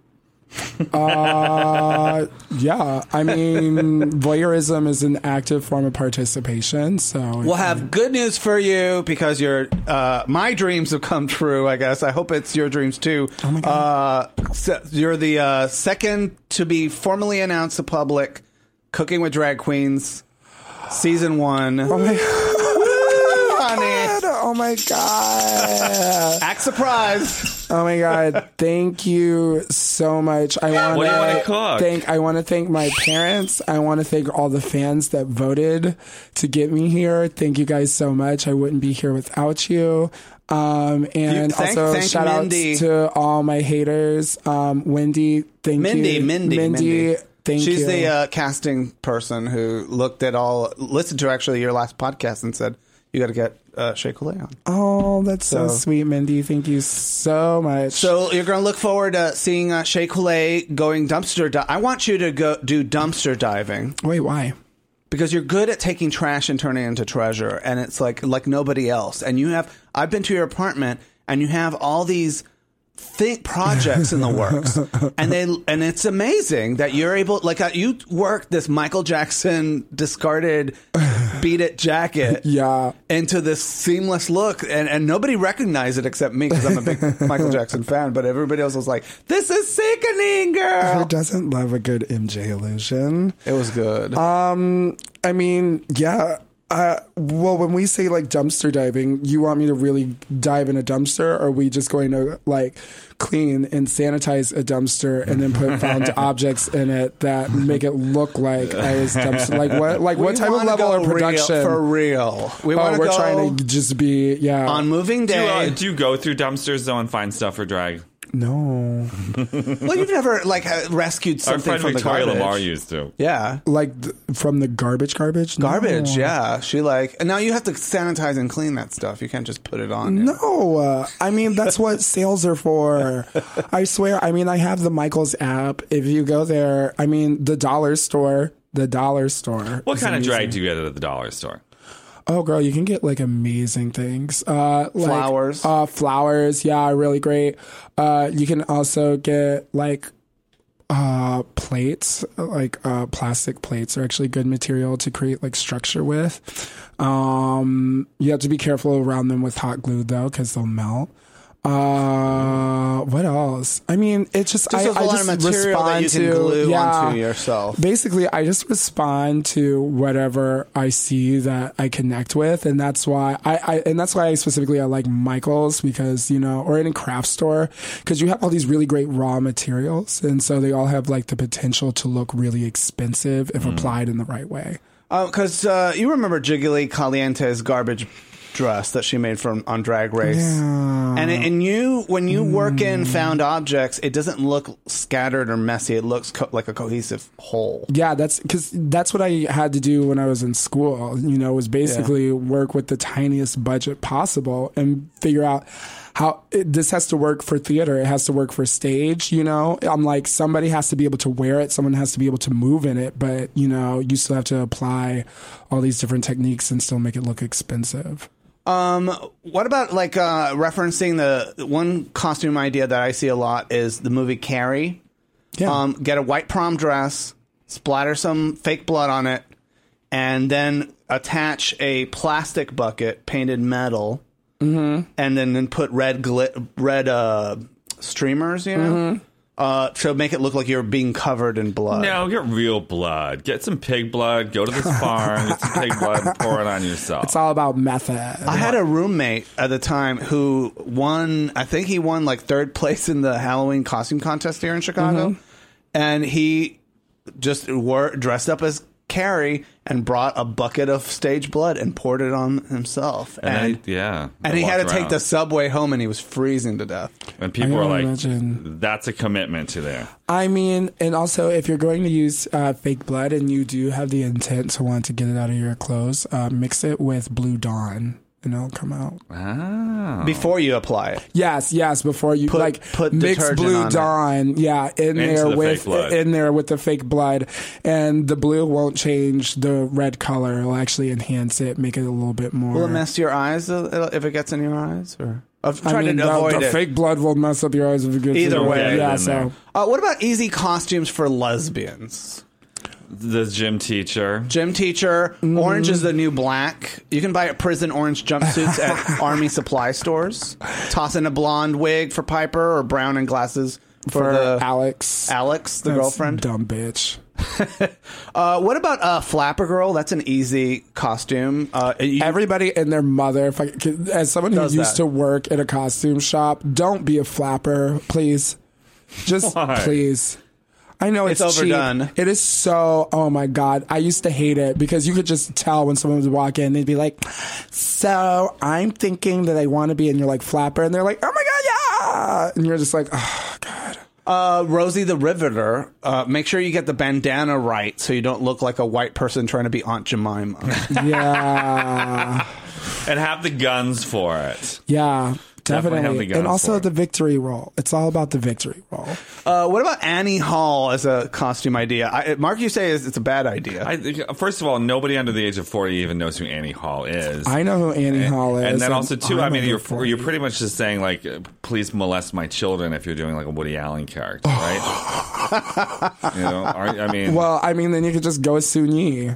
uh, yeah. I mean, voyeurism is an active form of participation. So We'll have good news for you because your uh, my dreams have come true. I guess I hope it's your dreams too. Oh my god! Uh, so you're the uh, second to be formally announced to public. Cooking with Drag Queens, season one. Oh my god! Oh my god! Act surprise! Oh my god! Thank you so much. I want What do you wanna to cook? thank. I want to thank my parents. I want to thank all the fans that voted to get me here. Thank you guys so much. I wouldn't be here without you. Um, and You- thank- also thank shout out Mindy. to all my haters. Um, Wendy, thank Mindy, you. Mindy, Mindy, thank She's you. the uh, casting person who looked at all, listened to actually your last podcast and said, "You got to get uh, Shea Coulee on." oh, that's so, So- sweet, Mindy. Thank you so much. So you're going to look forward to seeing uh, Shea Coulee going dumpster. Di- I want you to go do dumpster diving Wait, why? because you're good at taking trash and turning it into treasure, and it's like like nobody else. And you have I've been to your apartment, and you have all these think projects in the works, and they and it's amazing that you're able like uh, you work this Michael Jackson discarded beat it jacket yeah into this seamless look, and and nobody recognized it except me because I'm a big Michael Jackson fan, but everybody else was like, "This is sickening, Who girl." doesn't love a good MJ illusion? It was good. Um, I mean, yeah. Uh, well, when we say like dumpster diving, you want me to really dive in a dumpster, or are we just going to like clean and sanitize a dumpster and then put found objects in it that make it look like I was dumpster? Like what? Like what We type of wanna level go of production? real, for real? We oh, want we're go trying to just be yeah. on moving Do you, uh, day. do you go through dumpsters though and find stuff for drag? no, well, you've never like ha- rescued Our something friend from Victoria the garbage. Lamar used to. Yeah, like th- from the garbage, garbage, No. garbage. Yeah, she like and now you have to sanitize and clean that stuff. You can't just put it on. No, uh, I mean that's what sales are for. I swear. I mean, I have the Michaels app. If you go there, I mean the dollar store, the dollar store. What is kind of amazing. drag do you get at the dollar store? Oh, girl, you can get like amazing things. Uh, like, Flowers. Uh, flowers. Yeah, really great. Uh, you can also get like uh plates like uh plastic plates are actually good material to create like structure with um you have to be careful around them with hot glue though because they'll melt uh what else i mean it's just, Just i, there's a I lot just of material respond that you can to glue yeah, onto yourself. Basically, I just respond to whatever I see that I connect with, and that's why I, I and that's why I specifically I like Michaels because you know, or in a craft store because you have all these really great raw materials, and so they all have like the potential to look really expensive Mm. if applied in the right way. Because uh, you remember Jiggly Caliente's garbage dress that she made from on Drag Race, and and you when you work in Hmm. found objects, it doesn't look scattered or messy. It looks co- like a cohesive whole. Yeah, that's because that's what I had to do when I was in school. You know, was basically work with the tiniest budget possible and figure out how it, this has to work for theater. It has to work for stage. You know, I'm like somebody has to be able to wear it. Someone has to be able to move in it. But you know, you still have to apply all these different techniques and still make it look expensive. Um, what about like uh, referencing the the one costume idea that I see a lot is the movie Carrie. Yeah. Um, get a white prom dress, splatter some fake blood on it, and then attach a plastic bucket painted metal, Mm-hmm. and then, then put red glit, red uh, streamers, you know, uh, to make it look like you're being covered in blood. No, get real blood. Get some pig blood. Go to this farm, get some pig blood, and pour it on yourself. It's all about method. I had a roommate at the time who won, I think he won like third place in the Halloween costume contest here in Chicago. And he just wore dressed up as Carrie and brought a bucket of stage blood and poured it on himself. And, And, they- yeah, and they he had to walked take the around. subway home and he was freezing to death. And people I were can like, imagine. "That's a commitment to there." I mean, and also if you're going to use uh, fake blood and you do have the intent to want to get it out of your clothes, uh, mix it with Blue Dawn and it'll come out. Ah. Before you apply it. Yes, yes. Before you Put- like put mix detergent on Blue it. Dawn, yeah, in Into there the with fake blood. in there with the fake blood, and the blue won't change the red color. It'll actually enhance it, make it a little bit more. Will it mess your eyes uh, if it gets in your eyes? Or I've I tried mean, to the, avoid the it. fake blood will mess up your eyes if it gets Either in your- way, Yeah, so Uh, what about easy costumes for lesbians? The gym teacher. Gym teacher, Mm-hmm. orange is the new black. You can buy prison orange jumpsuits at army supply stores. Toss in a blonde wig for Piper or brown and glasses for, For the Alex. Alex, the That's girlfriend. dumb bitch. Uh, what about uh, Flapper Girl? That's an easy costume. Uh, you- Everybody and their mother. If I, could- as someone who Does used that. to work in a costume shop, don't be a flapper, please. Just Why? please. I know it's, It's cheap. overdone. It is so. Oh my god! I used to hate it because you could just tell when someone would walk in, they'd be like, "So I'm thinking that I want to be," and you're like flapper, and they're like, "Oh my god, yeah!" And you're just like, "Ugh." uh, Rosie the Riveter. Uh, make sure you get the bandana right so you don't look like a white person trying to be Aunt Jemima. "Yeah, and have the guns for it. yeah, Definitely have the definitely." guns And for also it. the victory roll. It's all about the victory roll. Uh, what about Annie Hall as a costume idea? I, Mark, you say is it's a bad idea. I, think- first of all, nobody under the age of forty even knows who Annie Hall is. I know who Annie and, Hall is. And then also too, I'm I mean, over you're for you're pretty much just saying like, uh, please molest my children if you're doing like a Woody Allen character, right? you know, are, I mean, Oh. Well, I mean, then you could just go with Sun Yi.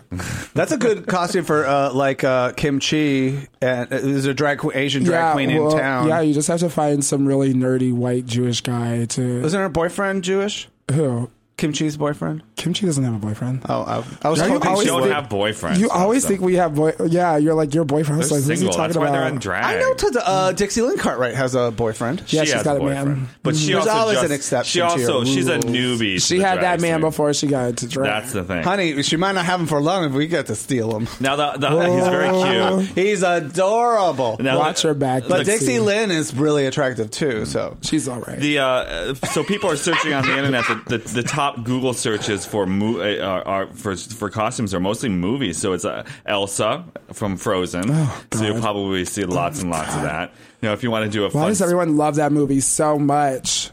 That's a good costume for uh, like uh, Kim Chi. And uh, there's a drag queen, Asian drag queen well, in town. Yeah, you just have to find some really nerdy white Jewish guy to. Isn't her boyfriend Jewish? Who? Kim Chi's boyfriend? Kimchi doesn't have a boyfriend. Oh, I, I was Don't you hoping always she don't would. have boyfriends. you always so- think we have boy. Yeah, you're like your boyfriend. I was They're like, who's he single. talking That's why they're about? in drag. I know to the, uh, Dixie Lynn Cartwright has a boyfriend. Yeah, She she's has got a boyfriend. man. But she There's also always just- an exception She to also your she's a rules. newbie. to she the had drag that man scene. before she got into drag. That's the thing. Honey, she might not have him for long if we get to steal him. Now the, the, he's very cute. He's adorable. Now, Watch her back. But Let's see. Dixie Lynn is really attractive too. So she's all right. The uh, so people are searching on the internet. The, the, the top Google searches for mo- uh, are, are for for costumes are mostly movies. So it's uh, Elsa from Frozen. Oh, so you'll probably see lots and lots of that. You know, if you want to do a Why fun does everyone love that movie so much?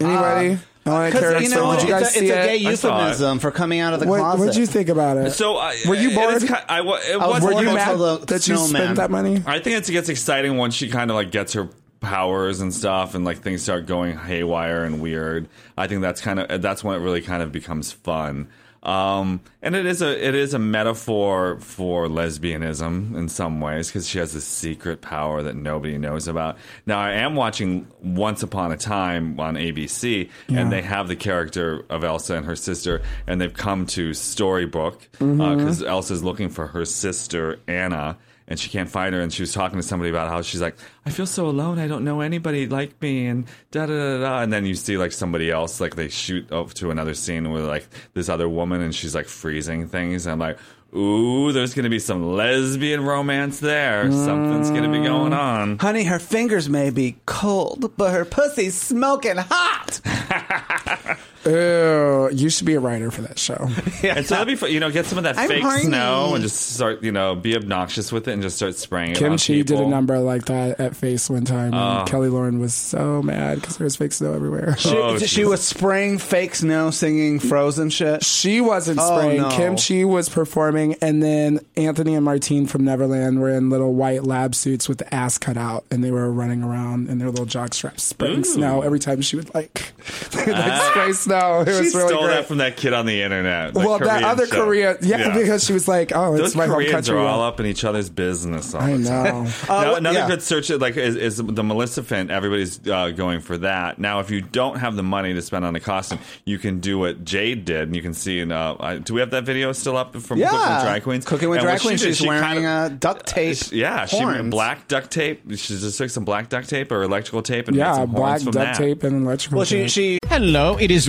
Anybody? I want to Ah. because care. you know did you it's, guys a, see it's a gay it? I saw it. euphemism for coming out of the What closet. did you think about it? So I, Were you it bored? Oh, is ki- I, wa- it I was was Were you Until mad the that you snowman. spent that money? I think it's, it gets exciting once she kind of like gets her powers and stuff, and like things start going haywire and weird. I think that's kind of that's when it really kind of becomes fun. Um, and it is a it is a metaphor for lesbianism in some ways because she has this secret power that nobody knows about. Now I am watching Once Upon a Time on ABC, Yeah. and they have the character of Elsa and her sister, and they've come to Storybook because Elsa's looking for her sister Anna, and she can't find her. And she was talking to somebody about how she's like, "I feel so alone. I don't know anybody like me," and da da da da. And then you see like somebody else, like they shoot up to another scene with like this other woman, and she's like freezing things. And I'm like. Ooh, there's gonna be some lesbian romance there. Something's gonna be going Mm. on. Honey, her fingers may be cold, but her pussy's smoking hot. Ew, you should be a writer for that show. Yeah. And so that'd be fun. You know, get some of that I'm fake horny. snow and just start, you know, be obnoxious with it and just start spraying it Kim on Chi did people. a number like that at Face one time, and Oh. Kelly Lauren was so mad because there was fake snow everywhere. She, she was spraying fake snow, singing Frozen shit. She wasn't spraying. Kim Chi was performing, and then Anthony and Martine from Neverland were in little white lab suits with the ass cut out, and they were running around in their little jock straps, spraying Ooh. snow every time she would like, like Ah. spray snow. It she was really stole great. that from that kid on the internet. well, that Korean other show. Korea, yeah, because she was like, "Oh, Those it's my home Koreans country." are all up in each other's business. All I the time. know. Now, what- another yeah. good search like is, is the Maleficent. Everybody's uh, going for that. Now, if you don't have the money to spend on a costume, you can do what Jade did, and you can see. In, uh, I, do we have that video still up from Yeah. Cooking with Drag Queens? Cooking with And Drag what she Queens. did, She's she wearing kinda- uh, duct tape. yeah, she horns. black duct tape. She just took some black duct tape or electrical tape and made yeah, some black horns from duct that. tape and electrical. tape. Hello, it is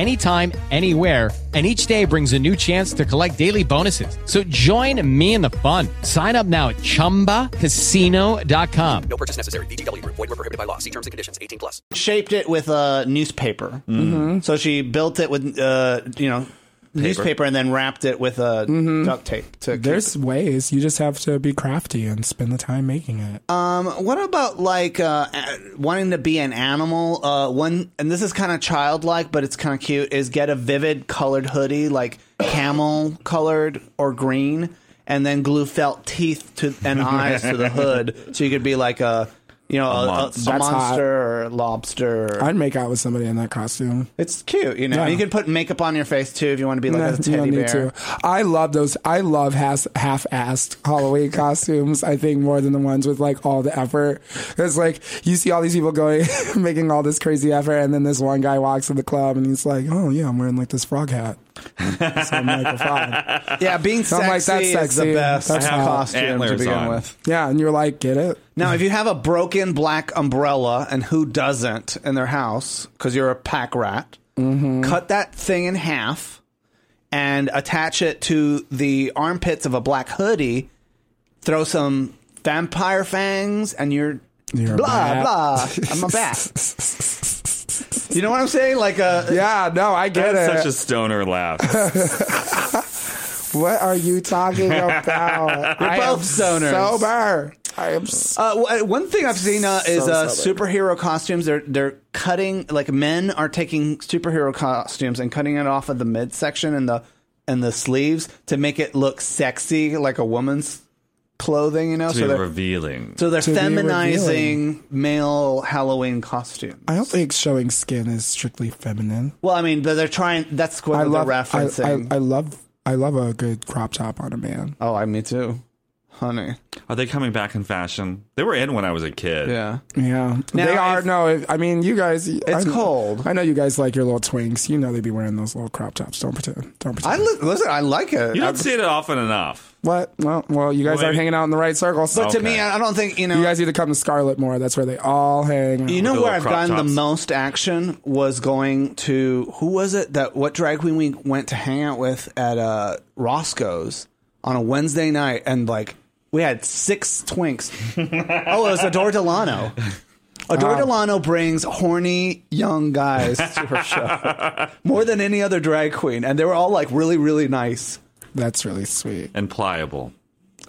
anytime, anywhere and each day brings a new chance to collect daily bonuses. So join me in the fun. Sign up now at ChumbaCasino.com. No purchase necessary. VGW Group. Void were prohibited by law. See terms and conditions. 18 plus. Shaped it with a newspaper. Mm-hmm. Mhm. So she built it with, uh, you know, newspaper and then wrapped it with a Mm-hmm. Mhm. duct tape. To keep There's ways. You just have to be crafty and spend the time making it. Um, what about like uh, a- wanting to be an animal? Uh, one, and this is kind of childlike, but it's kind of cute. Is get a vivid colored hoodie, like camel colored or green, and then glue felt teeth to and eyes to the hood, so you could be like a you know a, a- a monster. monster, That's hot. or lobster. Or, I'd make out with somebody in that costume. it's cute, you know. Yeah. You could put makeup on your face too if you want to be like No, Oh, a you teddy don't need bear. to. I love those. I love has, half-assed Halloween costumes. I think more than the ones with like all the effort. It's like you see all these people going, making all this crazy effort, and then this one guy walks in the club and he's like, "Oh yeah, I'm wearing like this frog hat." So Michael Fod. Yeah, being So I'm sexy, like, that's is the sexy. best That's hot. costume to Antlers begin on. with. Yeah, and you're like, get it? Now, if you have a broken black umbrella, and who doesn't in their house because you're a pack rat, Mm-hmm. cut that thing in half and attach it to the armpits of a black hoodie. Throw some vampire fangs, and you're, You're a blah bat. blah. I'm a bat. you know what I'm saying? Like a yeah. No, I get That's it. such a stoner laugh. What are you talking about? We're I both am stoners. Sober. I am. s- Uh, w- uh, one thing I've seen uh, is So uh, stubborn. superhero costumes. They're they're cutting like men are taking superhero costumes and cutting it off of the midsection and the and the sleeves to make it look sexy, like a woman's clothing. You know, to so be they're revealing. so they're To be feminizing revealing. male Halloween costume. I don't think showing skin is strictly feminine. Well, I mean, they're, they're trying. That's what I they're love. I, referencing. I, I love. I love a good crop top on a man. oh, I me too, honey. Are they coming back in fashion? They were in when I was a kid. Yeah. Yeah, Now, they are. if- no, if- I mean, you guys. It's cold. I know you guys like your little twinks. You know they be wearing those little crop tops. Don't pretend. Don't pretend. I li- listen. I like it. You I- don't see it often enough. what? Well, well, you guys Well, aren't hanging out in the right circles. but to Okay. me, I I don't think you know. you guys need to come to Scarlet more. That's where they all hang. You out. know the where little I've crop gotten tops. the most action was going to who was it that what drag queen we went to hang out with at uh, Roscoe's on a Wednesday night and like we had six twinks. oh, it was Adore Delano. Ah. Adore Delano brings horny young guys to her show more than any other drag queen, and they were all like really, really nice. That's really sweet. And pliable.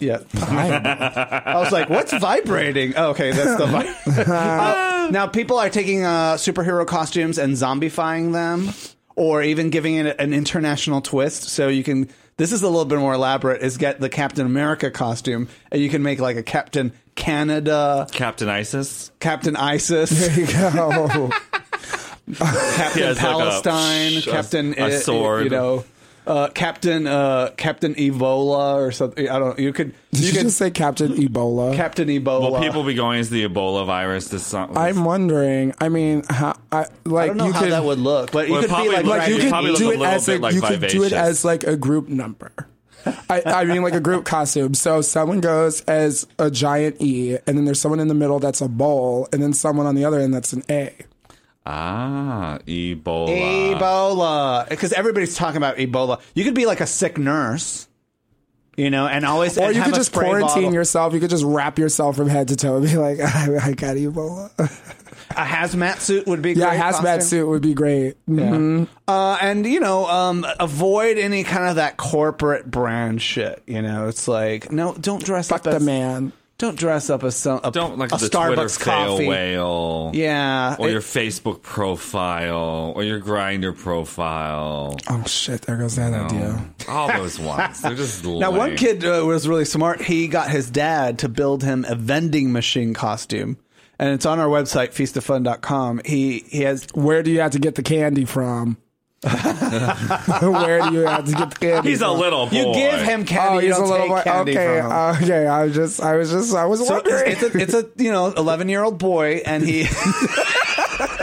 Yeah, I, I was like, "What's vibrating?" Oh, okay, that's the. Vi- Uh, now people are taking uh, superhero costumes and zombifying them, or even giving it an international twist. So you can. This is a little bit more elaborate. Is get the Captain America costume, and you can make like a Captain Canada, Captain ISIS. Captain ISIS. there you go. He Captain has, like, a- Palestine, a- Captain a it, sword. you know, uh, Captain uh, Captain Evola or something. I don't. You could Did you you could just say Captain Ebola? Captain Ebola. Will people be going as the Ebola virus this summer? I'm wondering. I mean, how, I like I don't know you how could that would look, but you Well, it could be probably like, looks like like you it probably could look do a it little as bit a, like you could do Vivacious. it as like a group number. I, I mean, like a group costume. So someone goes as a giant E, and then there's someone in the middle that's a bowl, and then someone on the other end that's an A. ah, Ebola. Ebola, because everybody's talking about Ebola. You could be like a sick nurse, you know, and always Or and you have could a just spray quarantine bottle. yourself. You could just wrap yourself from head to toe and be like, I, I got Ebola. A hazmat suit would be yeah, great a hazmat costume. suit would be great. Mhm. Uh, and you know, um, avoid any kind of that corporate brand shit. You know, it's like no, don't dress Fuck up as the man. Don't dress up as some. A, Don't like a the Starbucks Twitter fail coffee. whale. Yeah, Or it- your Facebook profile, or your grinder profile. Oh, Oh shit! There goes that idea. All those ones. They're just Now, lame. one kid uh, was really smart. He got his dad to build him a vending machine costume, and it's on our website feastoffun.com. He he has Where do you have to get the candy from? Where do you have to get the candy? He's a from? Oh, little boy. you give him candy. you he's don't a little take boy. candy okay, from him. okay. I was just, I was just, I was so wondering. it's, it's a it's a you know eleven year old boy, and he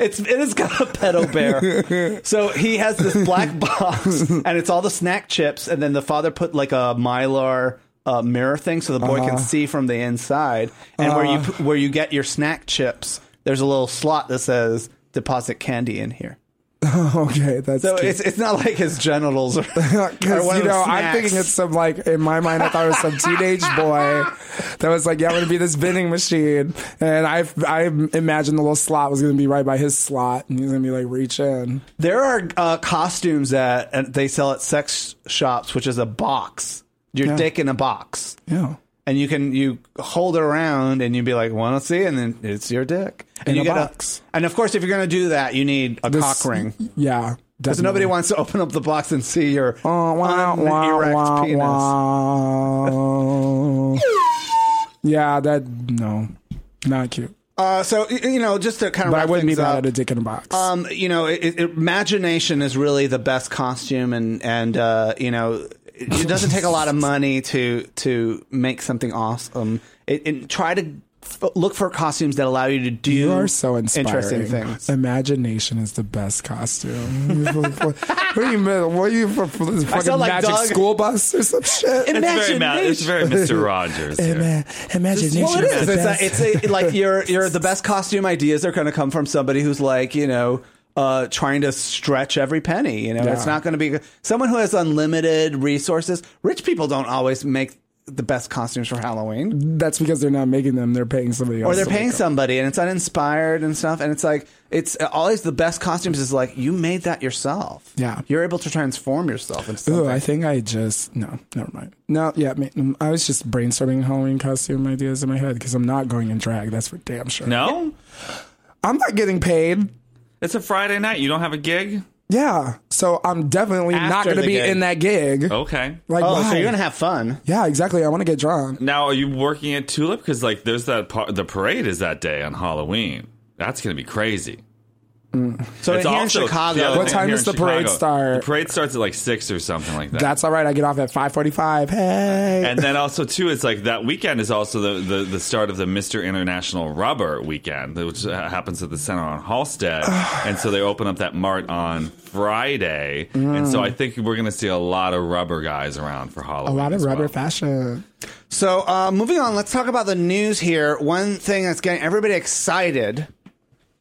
it's it has got a pedo bear. So he has this black box, and it's all the snack chips, and then the father put like a mylar. uh mirror thing so the boy Uh-huh. can see from the inside, and where you p- where you get your snack chips, there's a little slot that says deposit candy in here. okay, that's So cute. it's it's not like his genitals or, or Because one of you the know, I'm snacks. thinking it's some like in my mind, I thought it was some teenage boy that was like, "Yeah, I'm gonna be this vending machine," and I, I imagined the little slot was gonna be right by his slot, and he's gonna be like, "Reach in." There are uh, costumes that and they sell at sex shops, which is a box. Your Yeah. dick in a box, Yeah, and you can you hold it around, and you'd be like, "Want to see?" And then it's your dick and In you a get box. and of course, if you're going to do that, you need a This- cock ring Yeah, because nobody wants to open up the box and see your Oh, wow, erect wow, penis. wow, wow. yeah, that no, not cute. Uh, so y- you know, just to kind of But I wrap wouldn't be things mad up, at a dick in a box. um, you know, it, it, imagination is really the best costume, and and uh, you know, it doesn't take a lot of money to to make something awesome. It, and try to f- look for costumes that allow you to do You are so inspiring. interesting things. Imagination is the best costume. what do you mean? What are you for, for this fucking sound like magic Doug. school bus or some shit? It's very, mad. it's very Mr. Rogers. here. imagination Well, it is. It's, a, it's a, like your your the best costume ideas are going to come from somebody who's like you know. Uh, trying to stretch every penny, you know, Yeah. it's not going to be someone who has unlimited resources. Rich people don't always make the best costumes for Halloween. That's because they're not making them. They're paying somebody else. or they're to paying make them. somebody and it's uninspired and stuff and it's like it's always the best costumes is like you made that yourself Yeah. you're able to transform yourself into Ooh, something I think I just no, never mind. No, yeah, ma- mm, I was just brainstorming Halloween costume ideas in my head because I'm not going in drag. That's for damn sure. No? I'm not getting paid. It's a Friday night. You don't have a gig? Yeah, so I'm definitely not After going to the be gig. in that gig. Okay. Like, oh so why? you're gonna have fun yeah, exactly. I want to get drunk. Now, are you working at Tulip? Because, like, there's that par- the parade is that day on Halloween. That's going to be crazy. so It's here also- in chicago the other What thing time here does in the parade Chicago, start? The parade starts at like six or something like that. That's all right. I get off at 5:45. Hey. and then also too, it's like that weekend is also the, the, the start of the Mister International Rubber Weekend, which uh, happens at the center on Halstead, and so they open up that mart on Friday, and so I think we're going to see a lot of rubber guys around for Mm. a Halloween. lot of as rubber well. fashion. so uh, moving on let's talk about the news here one thing that's getting everybody excited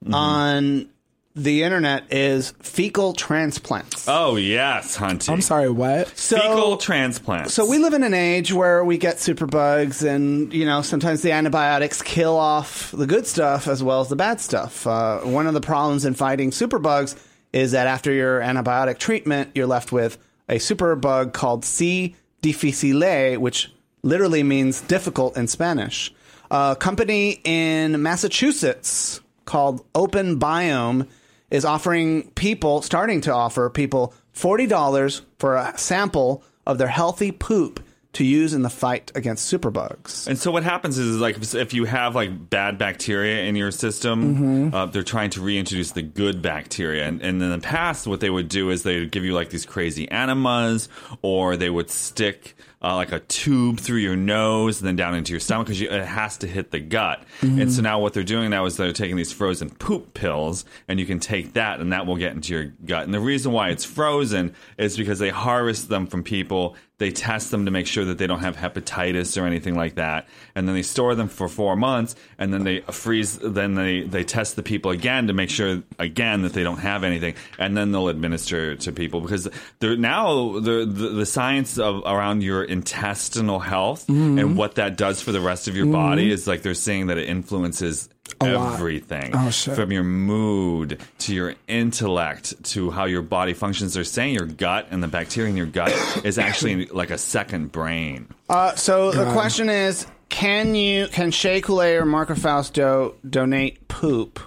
Mm-hmm. on the internet is fecal transplants Oh yes, hunting. I'm sorry, what? so Fecal transplants. So we live in an age where we get superbugs, and you know sometimes the antibiotics kill off the good stuff as well as the bad stuff. Uh, one of the problems in fighting superbugs is that after your antibiotic treatment, you're left with a superbug called C. difficile, which literally means difficult in Spanish. A company in Massachusetts called Open Biome is offering people, starting to offer people $40 for a sample of their healthy poop to use in the fight against superbugs. And so what happens is, is like if- if you have like bad bacteria in your system, Mhm. uh, they're trying to reintroduce the good bacteria. And, and in the past, what they would do is they would give you like these crazy enemas, or they would stick uh, like a tube through your nose and then down into your stomach because it has to hit the gut. Mhm. And so now what they're doing now is they're taking these frozen poop pills, and you can take that, and that will get into your gut. And the reason why it's frozen is because they harvest them from people. They test them to make sure that they don't have hepatitis or anything like that, and then they store them for four months, and then they freeze. Then they they test the people again to make sure again that they don't have anything, and then they'll administer it to people because they're now the the, the science of around your intestinal health Mhm. and what that does for the rest of your Mhm. body is like they're saying that it influences A lot. everything Oh, shit. from your mood to your intellect to how your body functions they're saying your gut and the bacteria in your gut is actually like a second brain Uh, so the God. question is, can you can Shea Coulee or Marco Fausto donate poop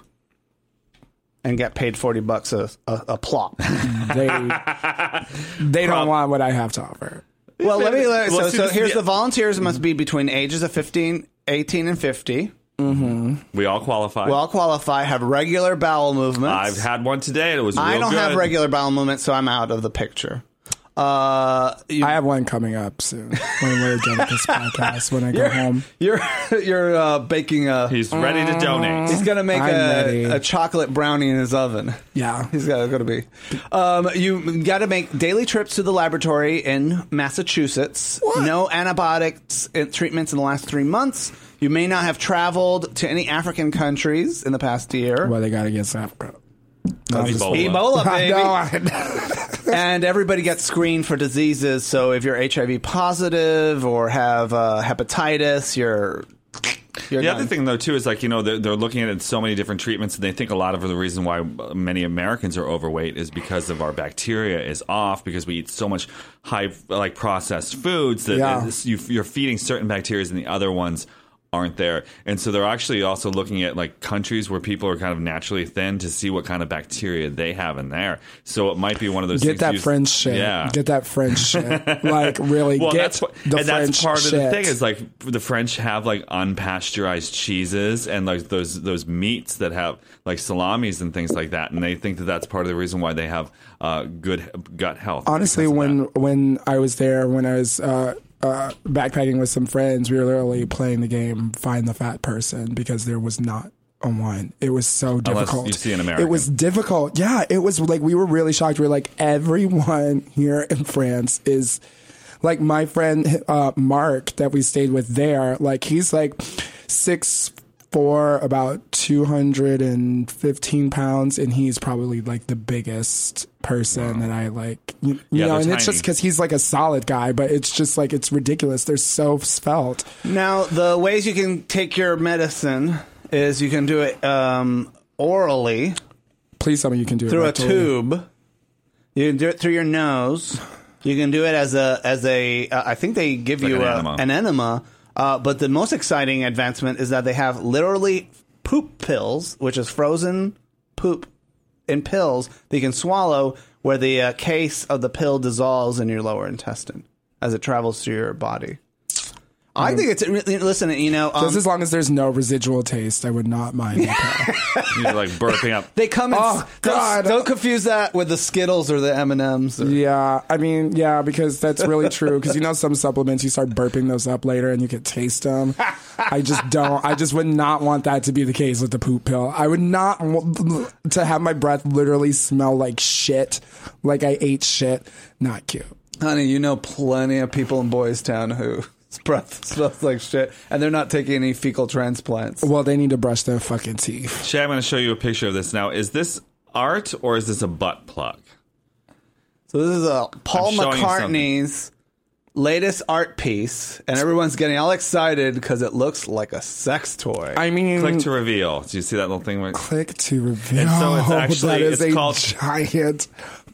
and get paid forty bucks a a, a plop? they they don't want what I have to offer. well, let me. Let, Well, so see, so this is here's the- the volunteers must be between ages of 15, 18, and 50 Mm-hmm. we all qualify Well, qualify. Have regular bowel movements. i've had one today and it was I real don't have good. regular bowel movements, so I'm out of the picture. Uh, I have one coming up soon when we're done with this podcast. When I go home, You're you're uh, baking a. He's ready to donate. He's gonna make I'm ready. a, a chocolate brownie in his oven. Yeah, he's got gonna be. Um, you got to make daily trips to the laboratory in Massachusetts. No antibiotics uh, treatments in the last three months. You may not have traveled to any African countries in the past year. Well, they got to get Africa. Ebola. Ebola. I baby. know, and everybody gets screened for diseases. So if you're HIV positive or have uh, hepatitis, you're the other thing, though, too, is like you know they're, they're looking at so many different treatments, and they think a lot of the reason why many Americans are overweight is because of our bacteria is off because we eat so much high like processed foods that Yeah. it's- you, you're feeding certain bacteria and the other ones aren't there, and so they're actually also looking at like countries where people are kind of naturally thin to see what kind of bacteria they have in there. So it might be one of those Get things that you- French shit. Yeah, Get that French shit. Like really well, get that's what, the and French that's part shit. of the thing is like the French have like unpasteurized cheeses and like those those meats that have like salamis and things like that, and they think that that's part of the reason why they have uh, good gut health. Honestly, when when I was there, when I was uh, uh, backpacking with some friends, we were literally playing the game Find the Fat Person because there was not a one. It was so Unless difficult. you see an American. It was difficult. Yeah, it was like we were really shocked. We were like, everyone here in France is like my friend uh, Mark that we stayed with there. Like he's like six four, about two hundred and fifteen pounds, and he's probably like the biggest person that I like. You, you Yeah, know, they're and it's just tiny. because he's like a solid guy, but it's just like it's ridiculous. They're so svelte. Now, the ways you can take your medicine is you can do it um, orally Please tell me you can do through it a tube. You can do it through your nose. You can do it as a as a. Uh, I think they give Like you an a- enema. an enema. Uh, but the most exciting advancement is that they have literally poop pills, which is frozen poop in pills that you can swallow, where the uh, case of the pill dissolves in your lower intestine as it travels through your body. I think it's really- listen. You know, um, Just as long as there's no residual taste, I would not mind. you're like burping up. They come. And, Oh, don't- God. Don't, confuse that with the Skittles or the M and M's. Yeah, I mean, yeah, because that's really true. Because you know, some supplements you start burping those up later, and you can taste them. I just don't. I just would not want that to be the case with the poop pill. I would not want to have my breath literally smell like shit, like I ate shit. Not cute. Honey, you know plenty of people in Boys Town who breath smells like shit, and they're not taking any fecal transplants. Well, they need to brush their fucking teeth. Shay, I'm going to show you a picture of this now. Is this art or is this a butt plug? So this is a Paul I'm showing you something. McCartney's latest art piece, and everyone's getting all excited because it looks like a sex toy. I mean, click to reveal. Do you see that little thing? Where, Click to reveal. And so it's Oh, actually- that is it's a called- giant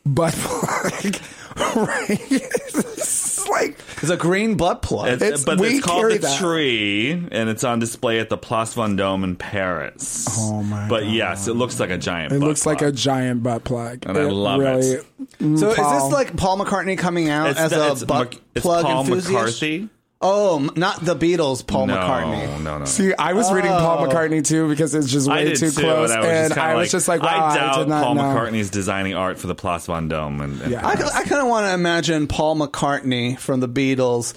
butt plug. right? it's like It's a green butt plug. It's, It's- but we it's called carry the that. tree, and it's on display at the Place Vendôme in Paris. Oh my! But yes, it looks like a giant. It butt looks like a giant butt plug. And I love it. So is this like Paul McCartney coming out It's Uh, as the- a it's buck, Mc- it's plug Paul enthusiast? McCarthy? Oh, m- not the Beatles, Paul No, McCartney. no, no, no. See, I was reading Paul Oh. McCartney too because it's just I way did too too, close, and I was and just, kinda I like, was just like, "Ah, wow, I I, doubt did not Paul know. McCartney's designing art for the Place Vendome. And, and I, I kind of want to imagine Paul McCartney from the Beatles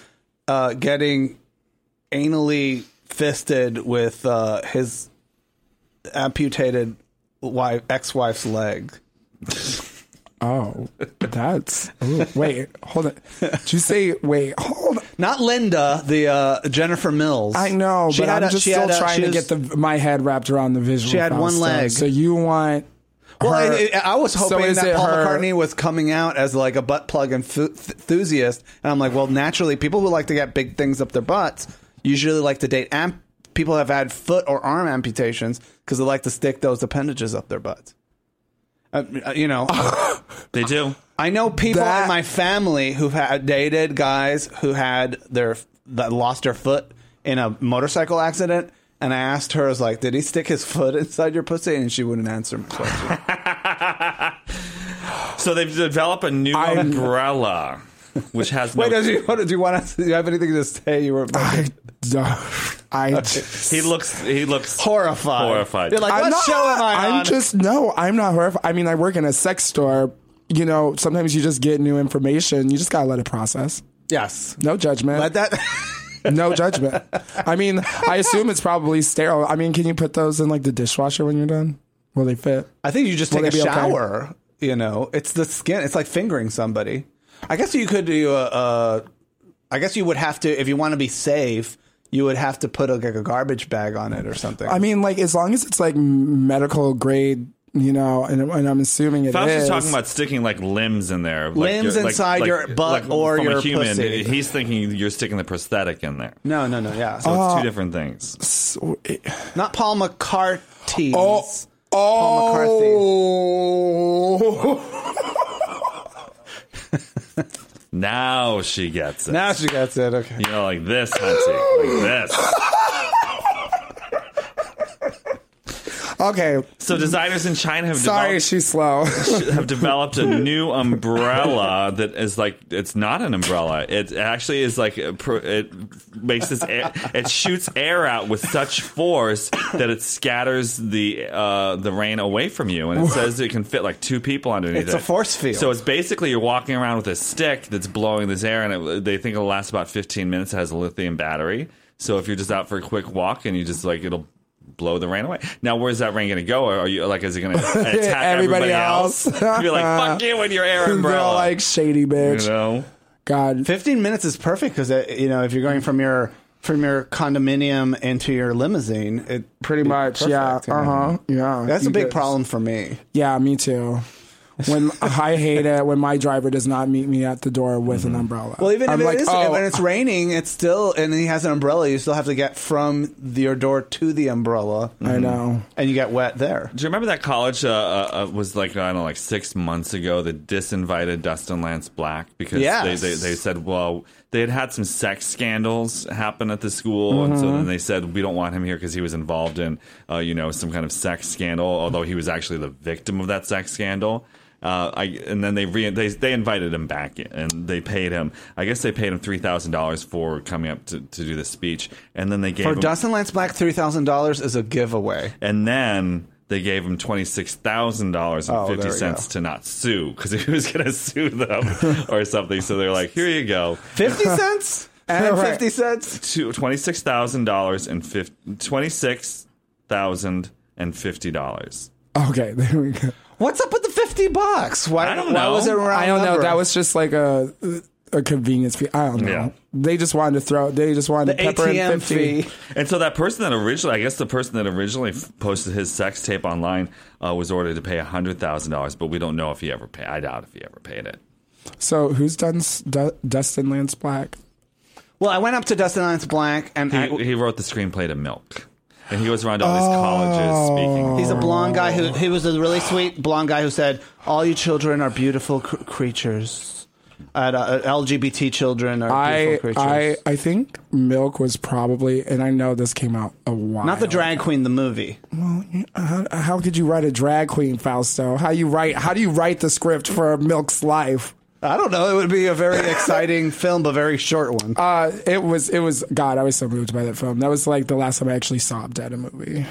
uh, getting anally fisted with uh, his amputated wife, ex-wife's leg. Oh, that's ooh, wait. Hold it. Did you say wait? Hold. Not Linda, the uh, Jennifer Mills. I know, She but had I'm a- just she still had a- trying she to was- get the my head wrapped around the visual. She had about one stuff. leg. So you want? Well, her- I, I- I was So hoping is that it Paul her- McCartney was coming out as like a butt plug enthu- enthusiast, and I'm like, well, naturally, people who like to get big things up their butts usually like to date amp- people who have had foot or arm amputations because they like to stick those appendages up their butts. Uh, uh, you know, They do. I know people That- in my family who've had dated guys who had their that lost their foot in a motorcycle accident. And I asked her, I was like, did he stick his foot inside your pussy? And she wouldn't answer my question. So they've developed a new umbrella, which has no. Wait, does you, do you want to? Do you have anything to say? You were I, don't- I just- he looks. He looks horrified. Horrified. You're like, I'm what not. show am I I'm on? just no. I'm not horrified. I mean, I work in a sex store. You know, sometimes you just get new information. You just gotta let it process. yes. No judgment. Let that. no judgment. I mean, I assume it's probably sterile. I mean, can you put those in like the dishwasher when you're done? Will they fit? I think you just Will take a they be okay? shower. You know, it's the skin. It's like fingering somebody. I guess you could do a. a I guess you would have to, if you want to be safe, you would have to put a, like a garbage bag on it or something. I mean, like as long as it's like medical grade, you know, and, and I'm assuming it is. Fauci's talking about sticking like limbs in there, like, Limbs you're- inside your butt or from your a human. pussy. He's thinking you're sticking the prosthetic in there. no, no, no. Yeah, So it's two different things. So, it- not Paul McCartney. oh, oh. Now she gets it. Now she gets it. Okay. you know, like this, Hunty, like this. okay. So designers in China have Sorry, developed, she's slow. have developed a new umbrella that is like it's not an umbrella. It actually is like a pro- it makes this air, it shoots air out with such force that it scatters the uh, the rain away from you, and it says it can fit like two people underneath. It's a it. force field. So it's basically you're walking around with a stick that's blowing this air, and it, they think it'll last about 15 minutes. It has a lithium battery, so if you're just out for a quick walk and you just like it'll. Blow the rain away. Now, where's that rain going to go? Are you like, is it going to attack everybody, Everybody else. else. You're like, fuck you with your air They're umbrella. like shady you bitch. know? God. 15 minutes is perfect because you know if you're going from your from your condominium into your limousine it Pretty much, yeah. perfect, you know. Uh huh. Yeah. that's a You big get- problem for me Yeah, me too. When I hate it when my driver does not meet me at the door with an umbrella. Mm-hmm. well even I'm if like, it is oh, when it's raining it's still and he has an umbrella you still have to get from the- your door to the umbrella I know. and you get wet there Do you remember that college uh, uh, uh, was like, I don't know, like six months ago that disinvited Dustin Lance Black because Yes. they, they, they said, well, they had had some sex scandals happen at the school. And so Mm-hmm. then they said, we don't want him here because he was involved in, uh, you know, some kind of sex scandal, although he was actually the victim of that sex scandal. Uh, I, and then they, re- they they invited him back and they paid him. I guess they paid him three thousand dollars for coming up to, to do the speech. And then they gave for him, dustin lance black $3000 is a giveaway and then they gave him twenty six thousand dollars and Oh, there fifty we cents to not sue because he was going to sue them or something. So they're like, here you go, 50 cents and Right. 50 cents twenty six thousand dollars and twenty six thousand and fifty dollars. Okay, there we go. what's up with the 50 bucks why, I don't why know. was it around I don't know. That was just like a a convenience fee. I don't know. Yeah. They just wanted to throw. They just wanted to pepper in ATM fifty. fee. And so that person that originally, I guess the person that originally f- posted his sex tape online uh, was ordered to pay hundred thousand dollars, but we don't know if he ever paid. I doubt if he ever paid it. So who's done s- Du- Dustin Lance Black? well i went up to dustin lance black and I, He, he wrote the screenplay to Milk, and he goes around to all these colleges speaking. He's a blonde guy Oh. who he was a really sweet blonde guy who said, "All you children are beautiful cr- creatures." at uh, LGBT children or beautiful I, creatures? I I think Milk was probably, and I know this came out a while. Not the drag queen, the movie. Well, you- how, how could you write a drag queen, Fausto? How you write? How do you write the script for Milk's life? I don't know. It would be a very exciting film, but very short one. Uh, it was it was God. I was so moved by that film. That was like the last time I actually sobbed at a movie.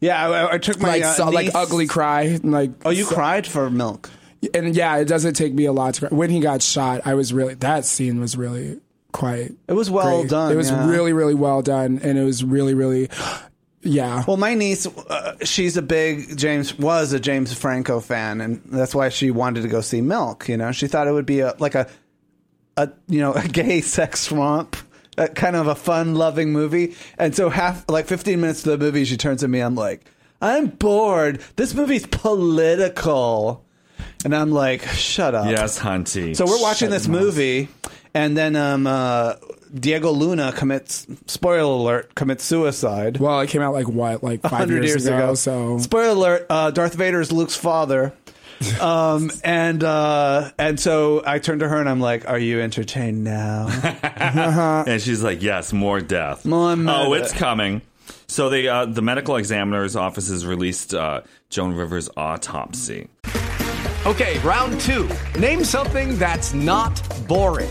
Yeah, I, I took my like uh, so, like niece- ugly cry. Like Oh, you so- cried for milk. And yeah, it doesn't take me a lot to cry. When he got shot, I was really that scene was really quite. It was well great. done. It was yeah. really really well done, and it was really really yeah. Well, my niece, uh, she's a big James was a James Franco fan, and that's why she wanted to go see Milk. You know, she thought it would be a like a a you know a gay sex romp, a, kind of a fun loving movie. And so half like fifteen minutes to the movie, she turns to me. I'm like, I'm bored. This movie's political, and I'm like, shut up. Yes, Hunty. So we're watching this movie, and then um, uh, Diego Luna commits spoiler alert commits suicide. Well, it came out like what like five 100 years, years ago, ago. So Spoiler alert: uh, Darth Vader is Luke's father. Um, and uh, and so I turned to her and I'm like, "Are you entertained now?" And she's like, "Yes, more death. More oh, murder. it's coming." So they, uh, the medical examiner's office has released uh, Joan Rivers' autopsy. Okay, round two. Name something that's not boring.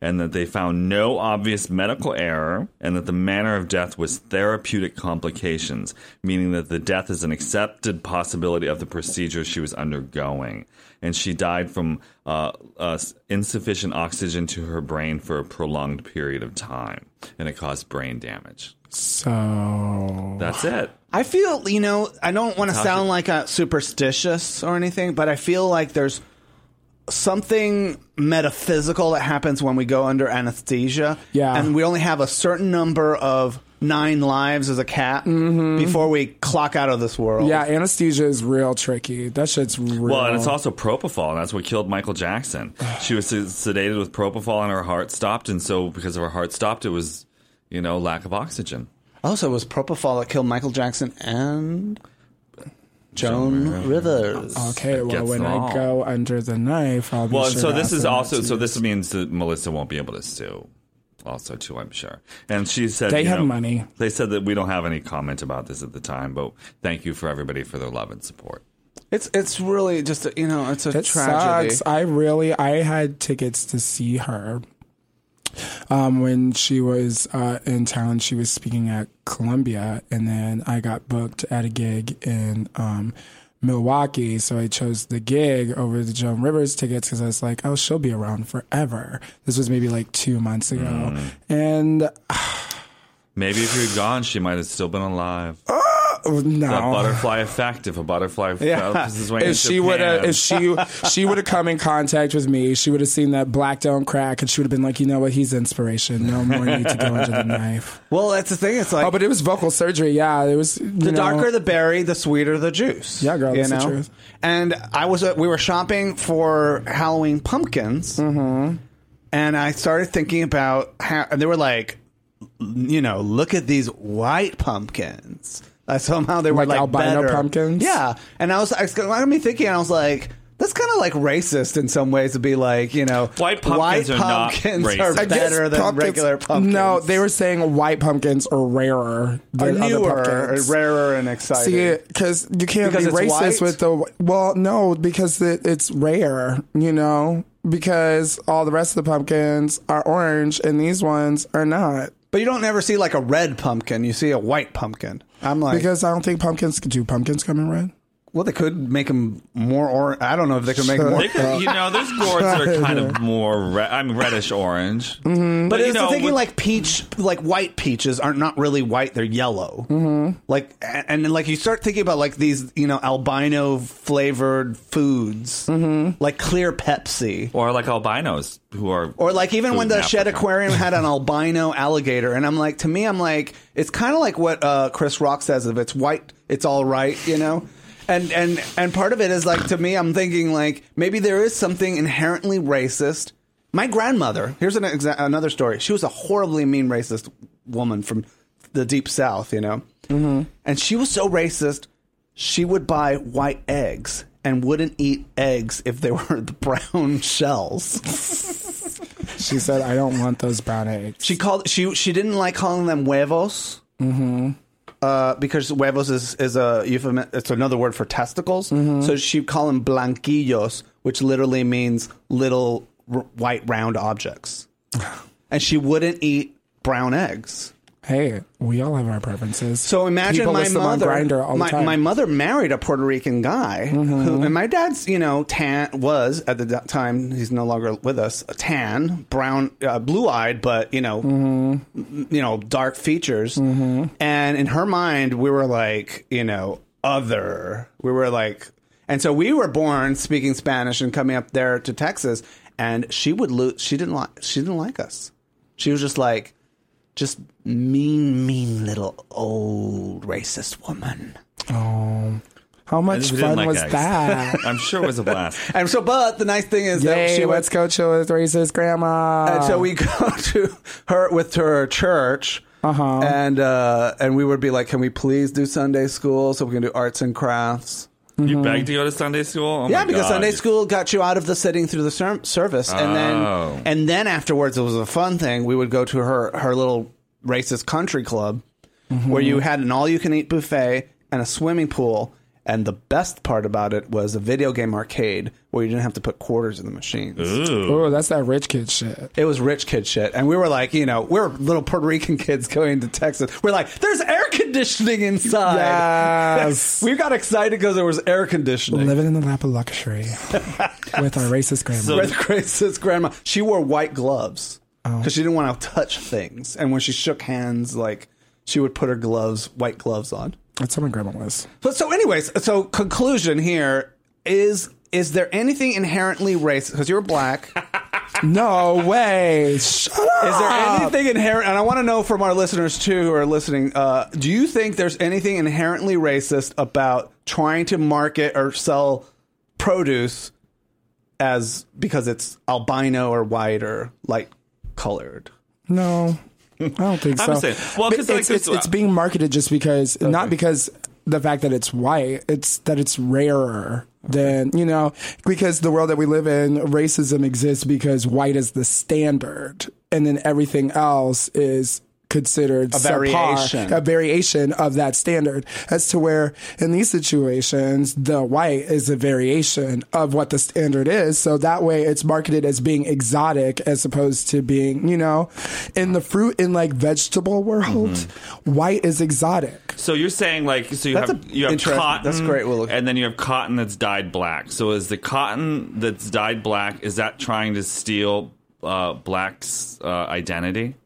and that they found no obvious medical error and that the manner of death was therapeutic complications, meaning that the death is an accepted possibility of the procedure she was undergoing. And she died from uh, uh, insufficient oxygen to her brain for a prolonged period of time, and it caused brain damage. so That's it. I feel, you know, I don't want to Tasha. sound like a superstitious or anything, but I feel like there's something metaphysical that happens when we go under anesthesia. Yeah. And we only have a certain number of nine lives as a cat before we clock out of this world. Mm-hmm. yeah, anesthesia is real tricky. That shit's real. Well, and it's also propofol, and that's what killed Michael Jackson. She was sedated with propofol, and her heart stopped. And so, because of her heart stopped, it was, you know, lack of oxygen. Also, it was propofol that killed Michael Jackson and Joan Rivers. Oh, okay. Well, gets when them all. I go under the knife, I'll be Well, sure and so to this ask is them also to- so this means that Melissa won't be able to sue, also too, I'm sure. And she said They you have know, money. They said that we don't have any comment about this at the time, but thank you for everybody for their love and support. It's it's really just a, you know it's a It tragedy. sucks. I really I had tickets to see her. Um, when she was uh, in town, she was speaking at Columbia, and then I got booked at a gig in um, Milwaukee. So I chose the gig over the Joan Rivers tickets because I was like, "Oh, she'll be around forever." This was maybe like two months ago, and uh, Maybe if you're gone, she might have still been alive. oh, no, That butterfly effect. If a butterfly Yeah. felt his way in if she would have Japan. if she she would have come in contact with me she would have seen that black down crack and she would have been like you know what he's inspiration no more need to go into the knife well, that's the thing. It's like oh but it was vocal surgery yeah it was the darker the berry, the sweeter the juice. Yeah, girl, you that's the truth. And I was uh, we were shopping for Halloween pumpkins, Mm-hmm. and I started thinking about how and they were like, you know, look at these white pumpkins. Uh, somehow they were Like like albino better. pumpkins? Yeah, and I was I was- it got me thinking. I was like. That's kind of like racist in some ways to be like, you know, White pumpkins white are not pumpkins racist. are I guess better than pumpkins- regular pumpkins. no they were saying white pumpkins are rarer Or than other newer, pumpkins rarer, and See, exciting. because you can't Because be it's white? racist with the well, no, because it, it's rare, you know, because all the rest of the pumpkins are orange and these ones are not. But you don't ever see like a red pumpkin. You see a white pumpkin. I'm like, Because I don't think pumpkins do pumpkins come in red. Well, they could make them more or I don't know if they could make more. They could, you know, those gourds that are kind of more re- I'm reddish orange. Mhm. But, you it's know, the thinking with- like peach, like white peaches aren't not really white; they're yellow. Mm-hmm. Like and, and then like you start thinking about like these you know albino flavored foods, like clear Pepsi, or like albinos who are or like even food when in the Shed Africa. Aquarium had an albino alligator, and I'm like to me I'm like it's kind of like what uh, Chris Rock says: if it's white, it's all right, you know. And and and part of it is like to me I'm thinking like maybe there is something inherently racist. My grandmother, here's an exa- another story. She was a horribly mean racist woman from the deep south, you know. Mm-hmm. And she was so racist, she would buy white eggs and wouldn't eat eggs if they were the brown shells. She said, I don't want those brown eggs. she called she she didn't like calling them huevos. Mm-hmm. Uh, because huevos is, is a euphemism, it's another word for testicles. So she'd call them blanquillos, which literally means little r- white round objects. and she wouldn't eat brown eggs. Hey, we all have our preferences. So imagine People my list them on mother. Grindr all the my, time. Mm-hmm. my mother married a Puerto Rican guy, who, and my dad's you know tan was at the d- time he's no longer with us a tan brown uh, blue eyed but you know Mm-hmm. m- you know dark features, and in her mind we were like you know other we were like and so we were born speaking Spanish and coming up there to Texas and she would lose she didn't like she didn't like us she was just like just mean, mean little old racist woman. Oh, how much We didn't fun like was eggs. that? I'm sure it was a blast. And so, but the nice thing is that Yay, she let's was. go chill with racist grandma. And so we go to her with her church, Uh-huh. and uh, and we would be like, "Can we please do Sunday school so we can do arts and crafts?" You begged to go to Sunday school? Oh Mm-hmm. yeah, my because God. Sunday school got you out of the sitting through the ser- service, and Oh. then and then afterwards it was a fun thing. We would go to her her little racist country club, where you had an all you can eat buffet and a swimming pool, and the best part about it was a video game arcade where you didn't have to put quarters in the machines. Oh, that's that rich kid shit. It was rich kid shit. And we were like, you know, we are little Puerto Rican kids going to Texas. We're like, there's air conditioning inside. Yes. we got excited because there was air conditioning. Living in the lap of luxury with our racist grandma. Red Grace's grandma. She wore white gloves because she didn't want to touch things. And when she shook hands, like she would put her gloves, white gloves on. That's how my grandma was. But so, anyways, so conclusion here is: is there anything inherently racist? Because you're black. No way. Shut up. Is there anything inherent? And I want to know from our listeners too, who are listening. Uh, do you think there's anything inherently racist about trying to market or sell produce as because it's albino or white or light colored? No, I don't think I'm so. saying- well, 'cause But like it's, this- it's, it's being marketed just because, not because the fact that it's white, it's that it's rarer than, you know, because the world that we live in, racism exists because white is the standard and then everything else is considered A subpar, variation. a variation of that standard as to where in these situations the white is a variation of what the standard is so that way it's marketed as being exotic as opposed to being you know in the fruit and like vegetable world white is exotic So you're saying like so you That's have a- you have interesting. cotton That's great, Willow. and then you have cotton that's dyed black. So is the cotton that's dyed black is that trying to steal uh, black's uh, identity?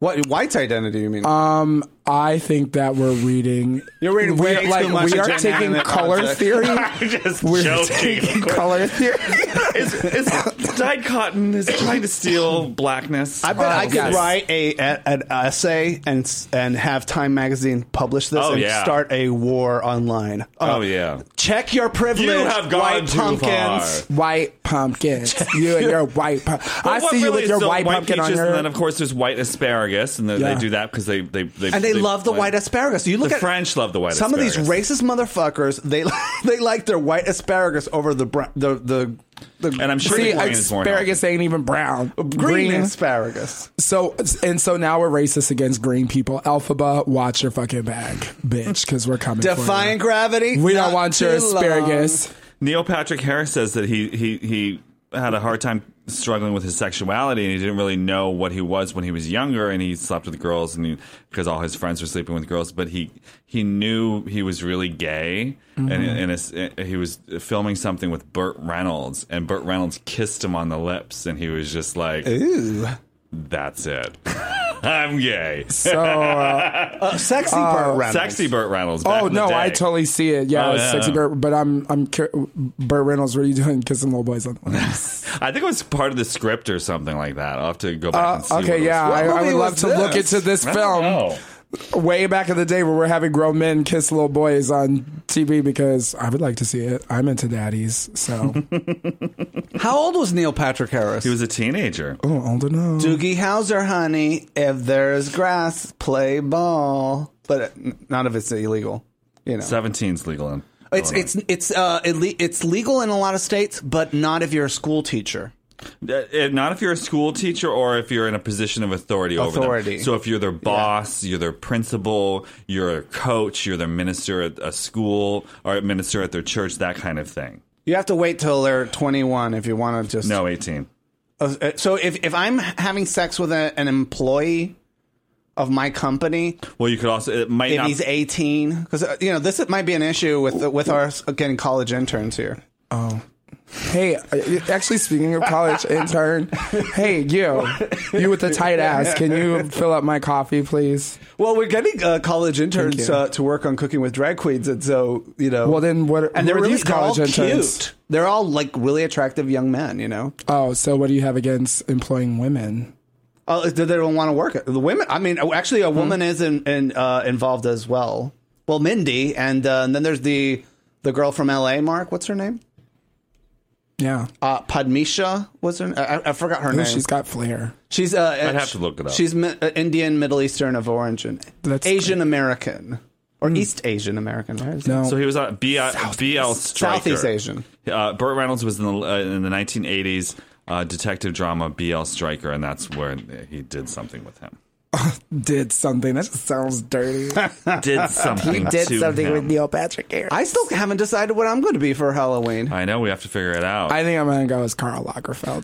What white's identity? You mean? um i think that we're reading You're reading way we're, too like much we are into taking inanimate color objects. theory I'm just we're joking. taking color theory is, is dyed cotton is it trying to steal blackness? I bet I could yes. write a, a an essay and s- and have Time Magazine publish this Oh, and yeah. start a war online. Uh, Oh yeah. Check your privilege. You have gone white too pumpkins. white pumpkins you and your white pump- i But what see you really with is your the white, pumpkin on peaches, your And then of course there's white asparagus, and they- Yeah. they do that because they they, they And they, love the white asparagus. You look the at French love the white some asparagus. of these racist motherfuckers. They they like their white asparagus over the br- the the, the And I'm sure See, the green is more asparagus ain't even brown. green, asparagus. So and so now we're racist against green people. Alphaba, watch your fucking bag, bitch, because we're coming. Defying for you. gravity. We don't Not want your too long. asparagus. Neil Patrick Harris says that he he he had a hard time struggling with his sexuality and he didn't really know what he was when he was younger and he slept with girls and he, because all his friends were sleeping with girls but he he knew he was really gay Mm-hmm. Mhm. and, and it's- it- he was filming something with Burt Reynolds and Burt Reynolds kissed him on the lips and he was just like Ooh. that's it I'm gay So, uh, sexy uh, Burt Reynolds. sexy Burt Reynolds back Oh in the no, day. I totally see it. Yeah, Oh, it's yeah, sexy yeah. Burt, but I'm I'm cur- Burt Reynolds. What are you doing kissing little boys on the lips? I think it was part of the script or something like that I'll have to go back and see what it Uh, okay, was. yeah, I, I would love to look this? into this I don't film. know. Way back in the day, where we're having grown men kiss little boys on TV, because I would like to see it. I'm into daddies, so How old was Neil Patrick Harris? He was a teenager. oh, I don't know. Doogie Howser, honey. If there's grass, play ball. But uh, n- none of it's illegal. You know, 17's legal in it's it's it's uh ille- it's legal in a lot of states, but not if you're a school teacher. Uh, if- not if you're a school teacher or if you're in a position of authority, over Authority. them. So if you're their boss, you're their principal, you're a coach, you're their minister at a school or a minister at their church, that kind of thing. You have to wait till they're 21 if you want to just No, 18. Uh, uh, So if if I'm having sex with a, an employee of my company, Well, you could also it might if not. he's 18, because uh, you know this might be an issue with with our again college interns here. Oh. Hey, I- actually, speaking of college intern, hey, you, you with the tight ass, can you fill up my coffee, please? Well, we're getting uh, college interns you. uh, to work on cooking with drag queens, and so you know. Well, then what? and who they're are really these college they're all interns? cute. They're all like really attractive young men, you know. Oh, so what do you have against employing women? Oh, they they don't want to work. it. The women, I mean, oh, actually, a woman is in, in, uh, involved as well. Well, Mindy, and, uh, and then there's the the girl from L.A. Mark, what's her name? Yeah. Oh, Uh, Padmisha was her. I, I forgot her Ooh, name. she's got flair. She's. Uh, I'd have to look it up. She's Mi- uh, Indian, Middle Eastern of origin, That's Hmm. Asian American or East Asian American. Where is No. it? So he was a BL, BL striker. Southeast Asian. Uh, Burt Reynolds was in the uh, in the 1980s uh, detective drama BL Striker, and that's where he did something with him. Did something. That just sounds dirty. Did something. to him. Neil Patrick Harris. I still haven't decided what I'm going to be for Halloween. I know we have to figure it out. I think I'm going to go as Karl Lagerfeld.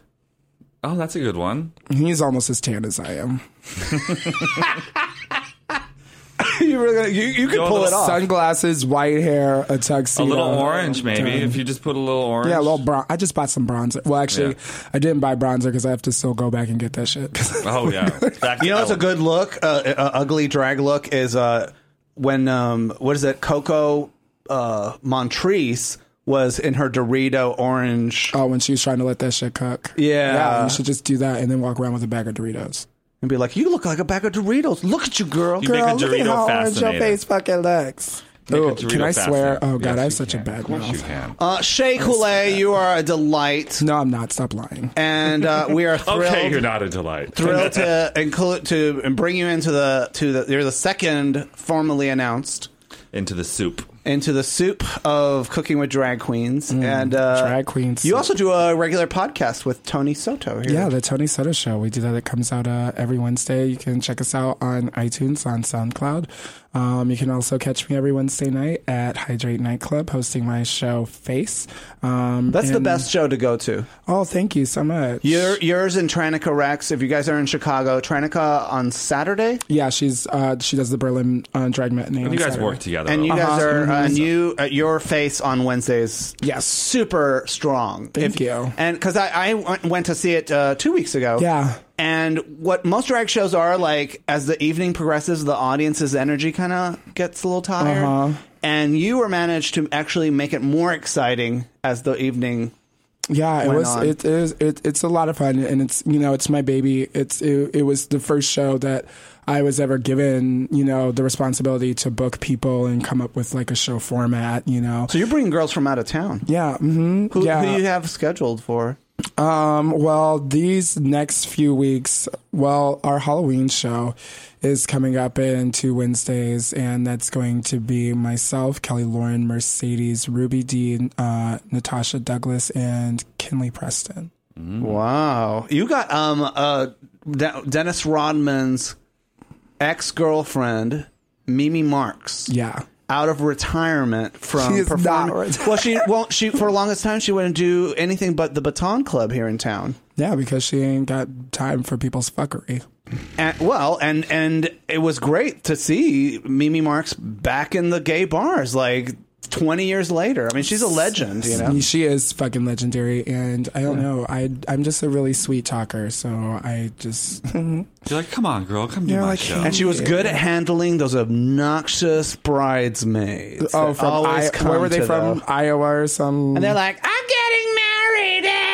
oh, that's a good one. He's almost as tan as I am. you were gonna, you, you could Go pull with it off. Sunglasses, white hair, a Oh. A tuxedo. little orange, maybe Tan. if you just put a little orange. Yeah, a little bron- I just bought some bronzer. Well, actually, I didn't buy bronzer because I have to still go back and get that shit. Oh yeah, Back You know, to it's a Ellen. good look. Uh, a, a ugly drag look is uh, when um, what is it? Coco uh, Montrese was in her Dorito orange oh, when she was trying to let that shit cook. Yeah. yeah. You should just do that and then walk around with a bag of Doritos. and be like, "You look like a bag of Doritos. Look at you, girl." You make a Dorito fascinating. fucking looks. Make a Ooh, Dorito can I swear? fascinating. Oh Yes, god, I you have such can. a bad Of course you mouth. can. uh, Shay Coulee, you are a delight, No, I'm not. Stop lying. and uh, we are thrilled. Okay, you're not a delight. Thrilled to include to and bring you into the to the you're the second formally announced Into the soup. into the soup of cooking with drag queens and uh, Mm, drag queens. You also do a regular podcast with Tony Soto here. Yeah, the Tony Sutter Show. We do that. It comes out uh, every Wednesday. You can check us out on iTunes, on SoundCloud. Um, you can also catch me every Wednesday night at Hydrate Nightclub, hosting my show Face. Um, That's the and- best show to go to. Oh, thank you so much. Your, yours and Tranica Rex. If you guys are in Chicago, Tranica on Saturday, yeah, she's uh, she does the Berlin uh, drag matinee. You on guys Saturday. work together. and you though. guys Uh-huh. are uh, Mhm. and you uh, your face on Wednesdays. Yes. super strong. Thank you. And because I, I went- went to see it uh, two weeks ago. Yeah. And what most drag shows are like, as the evening progresses, the audience's energy kind of gets a little tired. Uh-huh. And you were managed to actually make it more exciting as the evening. Yeah, it went was. on. It is. It, it's a lot of fun, and it's you know, it's my baby. It's it, it was the first show that I was ever given you know the responsibility to book people and come up with like a show format. You know, So you're bringing girls from out of town. yeah, hmm Who, yeah. who you have scheduled for? Um, well, these next few weeks, well, our Halloween show is coming up in two Wednesdays, and that's going to be myself, Kelly Lauren, Mercedes, Ruby Dean, uh, Natasha Douglas, and Kinley Preston. Wow, you got um uh De- Dennis Rodman's ex girlfriend Mimi Marks Yeah. out of retirement from She is performing. not retired. Well, she won't. She for the longest time she wouldn't do anything but the Baton Club here in town. Yeah, because she ain't got time for people's fuckery. And, well, and and it was great to see Mimi Marks back in the gay bars like 20 years later. I mean, she's a legend, you know. She is fucking legendary, and I don't know. I I'm just a really sweet talker, so I just You're like, come on, girl, come Yeah, do my like, show. And she was good at handling those obnoxious bridesmaids. oh that from always I, come where were they to from? the- Iowa or some? And they're like, I'm getting married. eh!"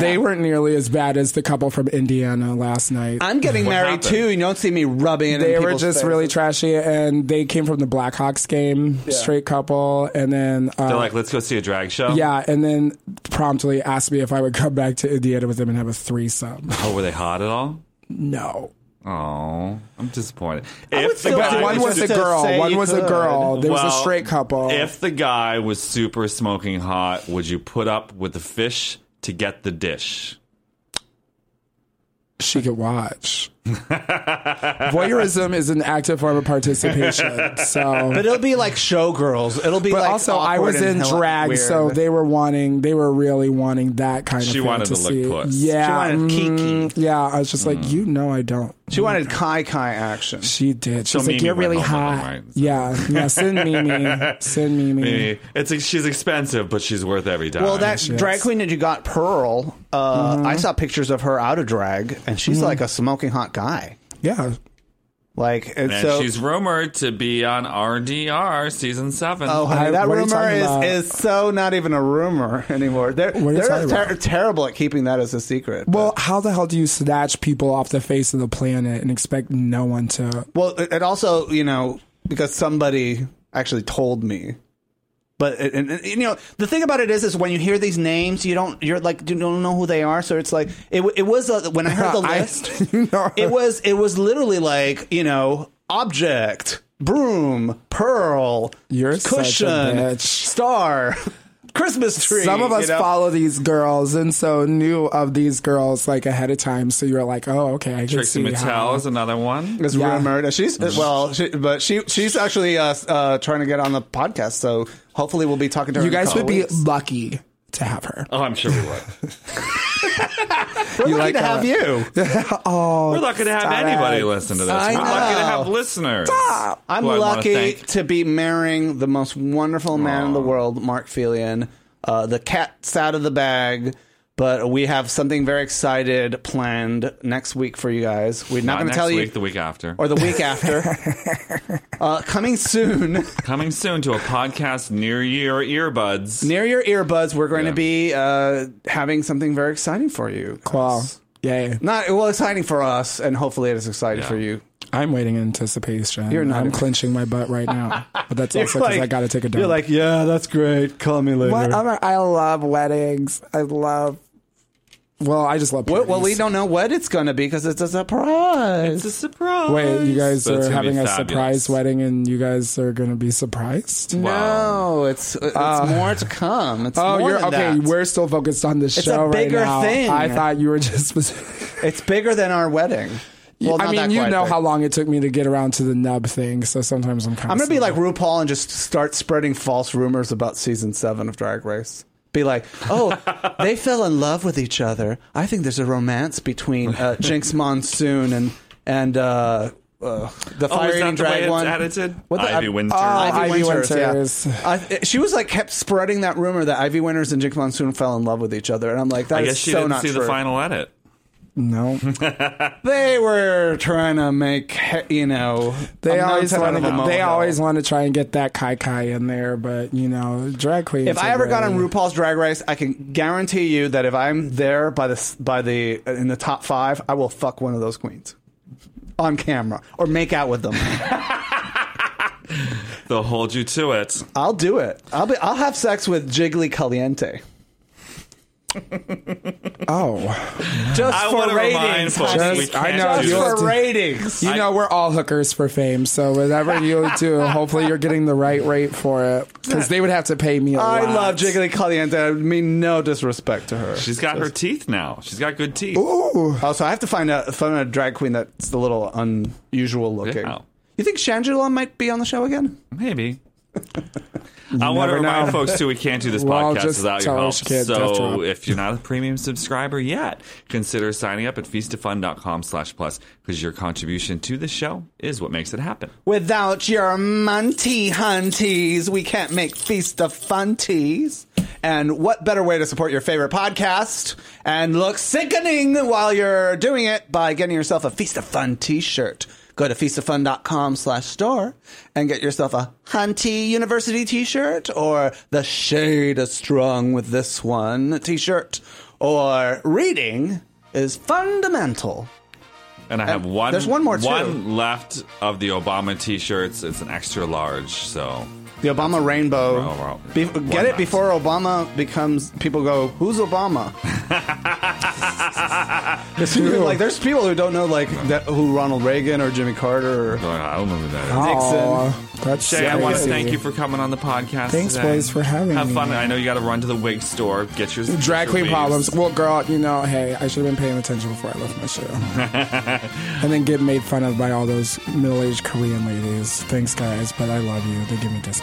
They weren't nearly as bad as the couple from Indiana last night. I'm getting married too. You don't see me rubbing it. They in were people's just faces. really trashy, and they came from the Blackhawks game, straight couple, and then uh, They're like, let's go see a drag show. yeah, and then promptly asked me if I would come back to Indiana with them and have a threesome. Oh, were they hot at all? No. Oh, I'm disappointed. would If the still guy like one was a just to girl, say one you was a could. girl. There was Well, a straight couple. If the guy was super smoking hot, would you put up with the fish to get the dish? she could watch. Voyeurism is an active form of participation. So, But it'll be like showgirls. It'll be but like also I was awkward in and hella drag, weird. so they were wanting, they were really wanting that kind She of wanted to look fantasy. puss. Yeah, She wanted mm, yeah. I was just like, you know, I don't. she wanted kai kai action. She did. She's So like, Mimi you're went home really with hot. him, right? Yeah, yeah. Send Mimi. Send Mimi. Maybe. It's like she's expensive, but she's worth every dime. Well, that Yes. drag queen that you got, Pearl. Uh, I saw pictures of her out of drag, and she's like a smoking hot guy. Yeah. Like, and, and so she's rumored to be on RDR season seven. Oh, honey, I- that what are you rumor talking about? is, is so not even a rumor anymore. They're, are you they're talking ter- about? terrible at keeping that as a secret. Well, how the hell do you snatch people off the face of the planet and expect no one to? Well, it, it also, you know, because somebody actually told me. But it, and, and, you know, the thing about it is, is when you hear these names, you don't, you're like, you don't know who they are. So it's like, it, w- it was uh when I heard the I- list, you know. it was, it was literally like, you know, object, broom, pearl, You're such a cushion, bitch. star, Christmas tree. Some of us you know? follow these girls, and so knew of these girls like ahead of time. So you're like, oh, okay, I can Trixie see Mattel how. is another one. is Yeah. rumored. And She's uh, well, she, but she she's actually uh, uh, trying to get on the podcast. So hopefully, we'll be talking to her. You in a guys couple would be weeks. lucky to have her. Oh, I'm sure we would. We're lucky like to have that. you. Oh, We're lucky to have stop anybody it. listen to this. I We're lucky to know. have listeners. I'm Who I wanna lucky thank. to be marrying the most wonderful man in the world, Mark Felian. Uh, the cat's out of the bag. But we have something very excited planned next week for you guys. We're not, Not going to next tell week, you, the week after. or the week after. uh, coming soon. Coming soon to a podcast near your earbuds. Near your earbuds, we're going to be uh, having something very exciting for you. Wow. Yay. Not well exciting for us, and hopefully it is exciting Yeah. for you. I'm waiting in anticipation. You're not- I'm clenching my butt right now. But that's also because I got to take a dump. You're like, yeah, that's great. Call me later. what? other- I love weddings. I love. Well, I just love. Well, Parties. well, we don't know what it's going to be because it's a surprise. It's a surprise. Wait, you guys But it's are gonna be having a fabulous. surprise wedding, and you guys are going to be surprised. Wow. No, Oh, it's it's more to come. It's Oh, more you're than okay. that. We're still focused on the show a bigger right now. thing. I thought you were just. it's bigger than our wedding. Well, I not mean, that you quite know big. how long it took me to get around to the nub thing, so sometimes I'm kind I'm of. gonna be like RuPaul and just start spreading false rumors about season seven of Drag Race. Be like, oh, they fell in love with each other. I think there's a romance between uh, Jinx Monsoon and and uh, uh, the Oh, fire is eating that the drag way one. it's edited? What the- Ivy uh, Winter. Ivy Ivy Winters, Winters. yeah. I, she was like kept spreading that rumor that Ivy Winters and Jinx Monsoon fell in love with each other, and I'm like, I that's guess she so didn't not see true. the final edit. no. They were trying to make he- you know They a always mountain want out of a to. They molehill. always want to try and get that kai kai in there, but you know, drag queens. If I are ever got on really- RuPaul's Drag Race, I can guarantee you that if I'm there by the by the uh, in the top five, I will fuck one of those queens on camera or make out with them. They'll hold you to it. I'll do it. I'll be. I'll have sex with Jiggly Caliente oh, just I for wanna remind ratings. folks honey. we Just- can't I know, do you this. for have to- ratings. you know, we're all hookers for fame, so whatever you do, hopefully you're getting the right rate for it because they would have to pay me. a I lot. love Jiggly Caliente. I mean, no disrespect to her. She's got her teeth now. She's got good teeth. Also, I have to find a find a drag queen that's a little unusual looking. Yeah. You think Shangela might be on the show again? Maybe. I want never to remind know. folks too, we can't do this We're all podcast just without your help. childish kids after all. So if you're not a premium subscriber yet, consider signing up at feastofun.com slash plus because your contribution to the show is what makes it happen. Without your Monty Hunties, we can't make Feast of Funties. And what better way to support your favorite podcast and look sickening while you're doing it by getting yourself a Feast of Fun t-shirt. Go to feastoffun.com slash store and get yourself a Hunty University t-shirt or the shade is strong with this one t-shirt or reading is fundamental. And I have one there's one more, too. one left of the Obama t shirts. It's an extra large, so The Obama rainbow. Well, well, Be- why get it not? before Obama becomes. People go, "Who's Obama?" It's weird, like there's people who don't know like that who Ronald Reagan or Jimmy Carter or I don't know who that Oh, Nixon. that's Shay, I want to crazy. thank you for coming on the podcast. Thanks, today. boys, for having Have me. fun. I know you got to run to the wig store, get your Drag your queen wigs. problems. Well, girl, you know, hey, I should have been paying attention before I left my show. and then get made fun of by all those middle aged Korean ladies. Thanks, guys, but I love you. They give me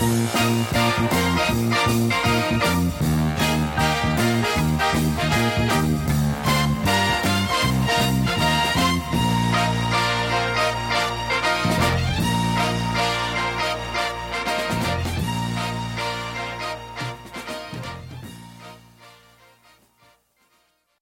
Bye.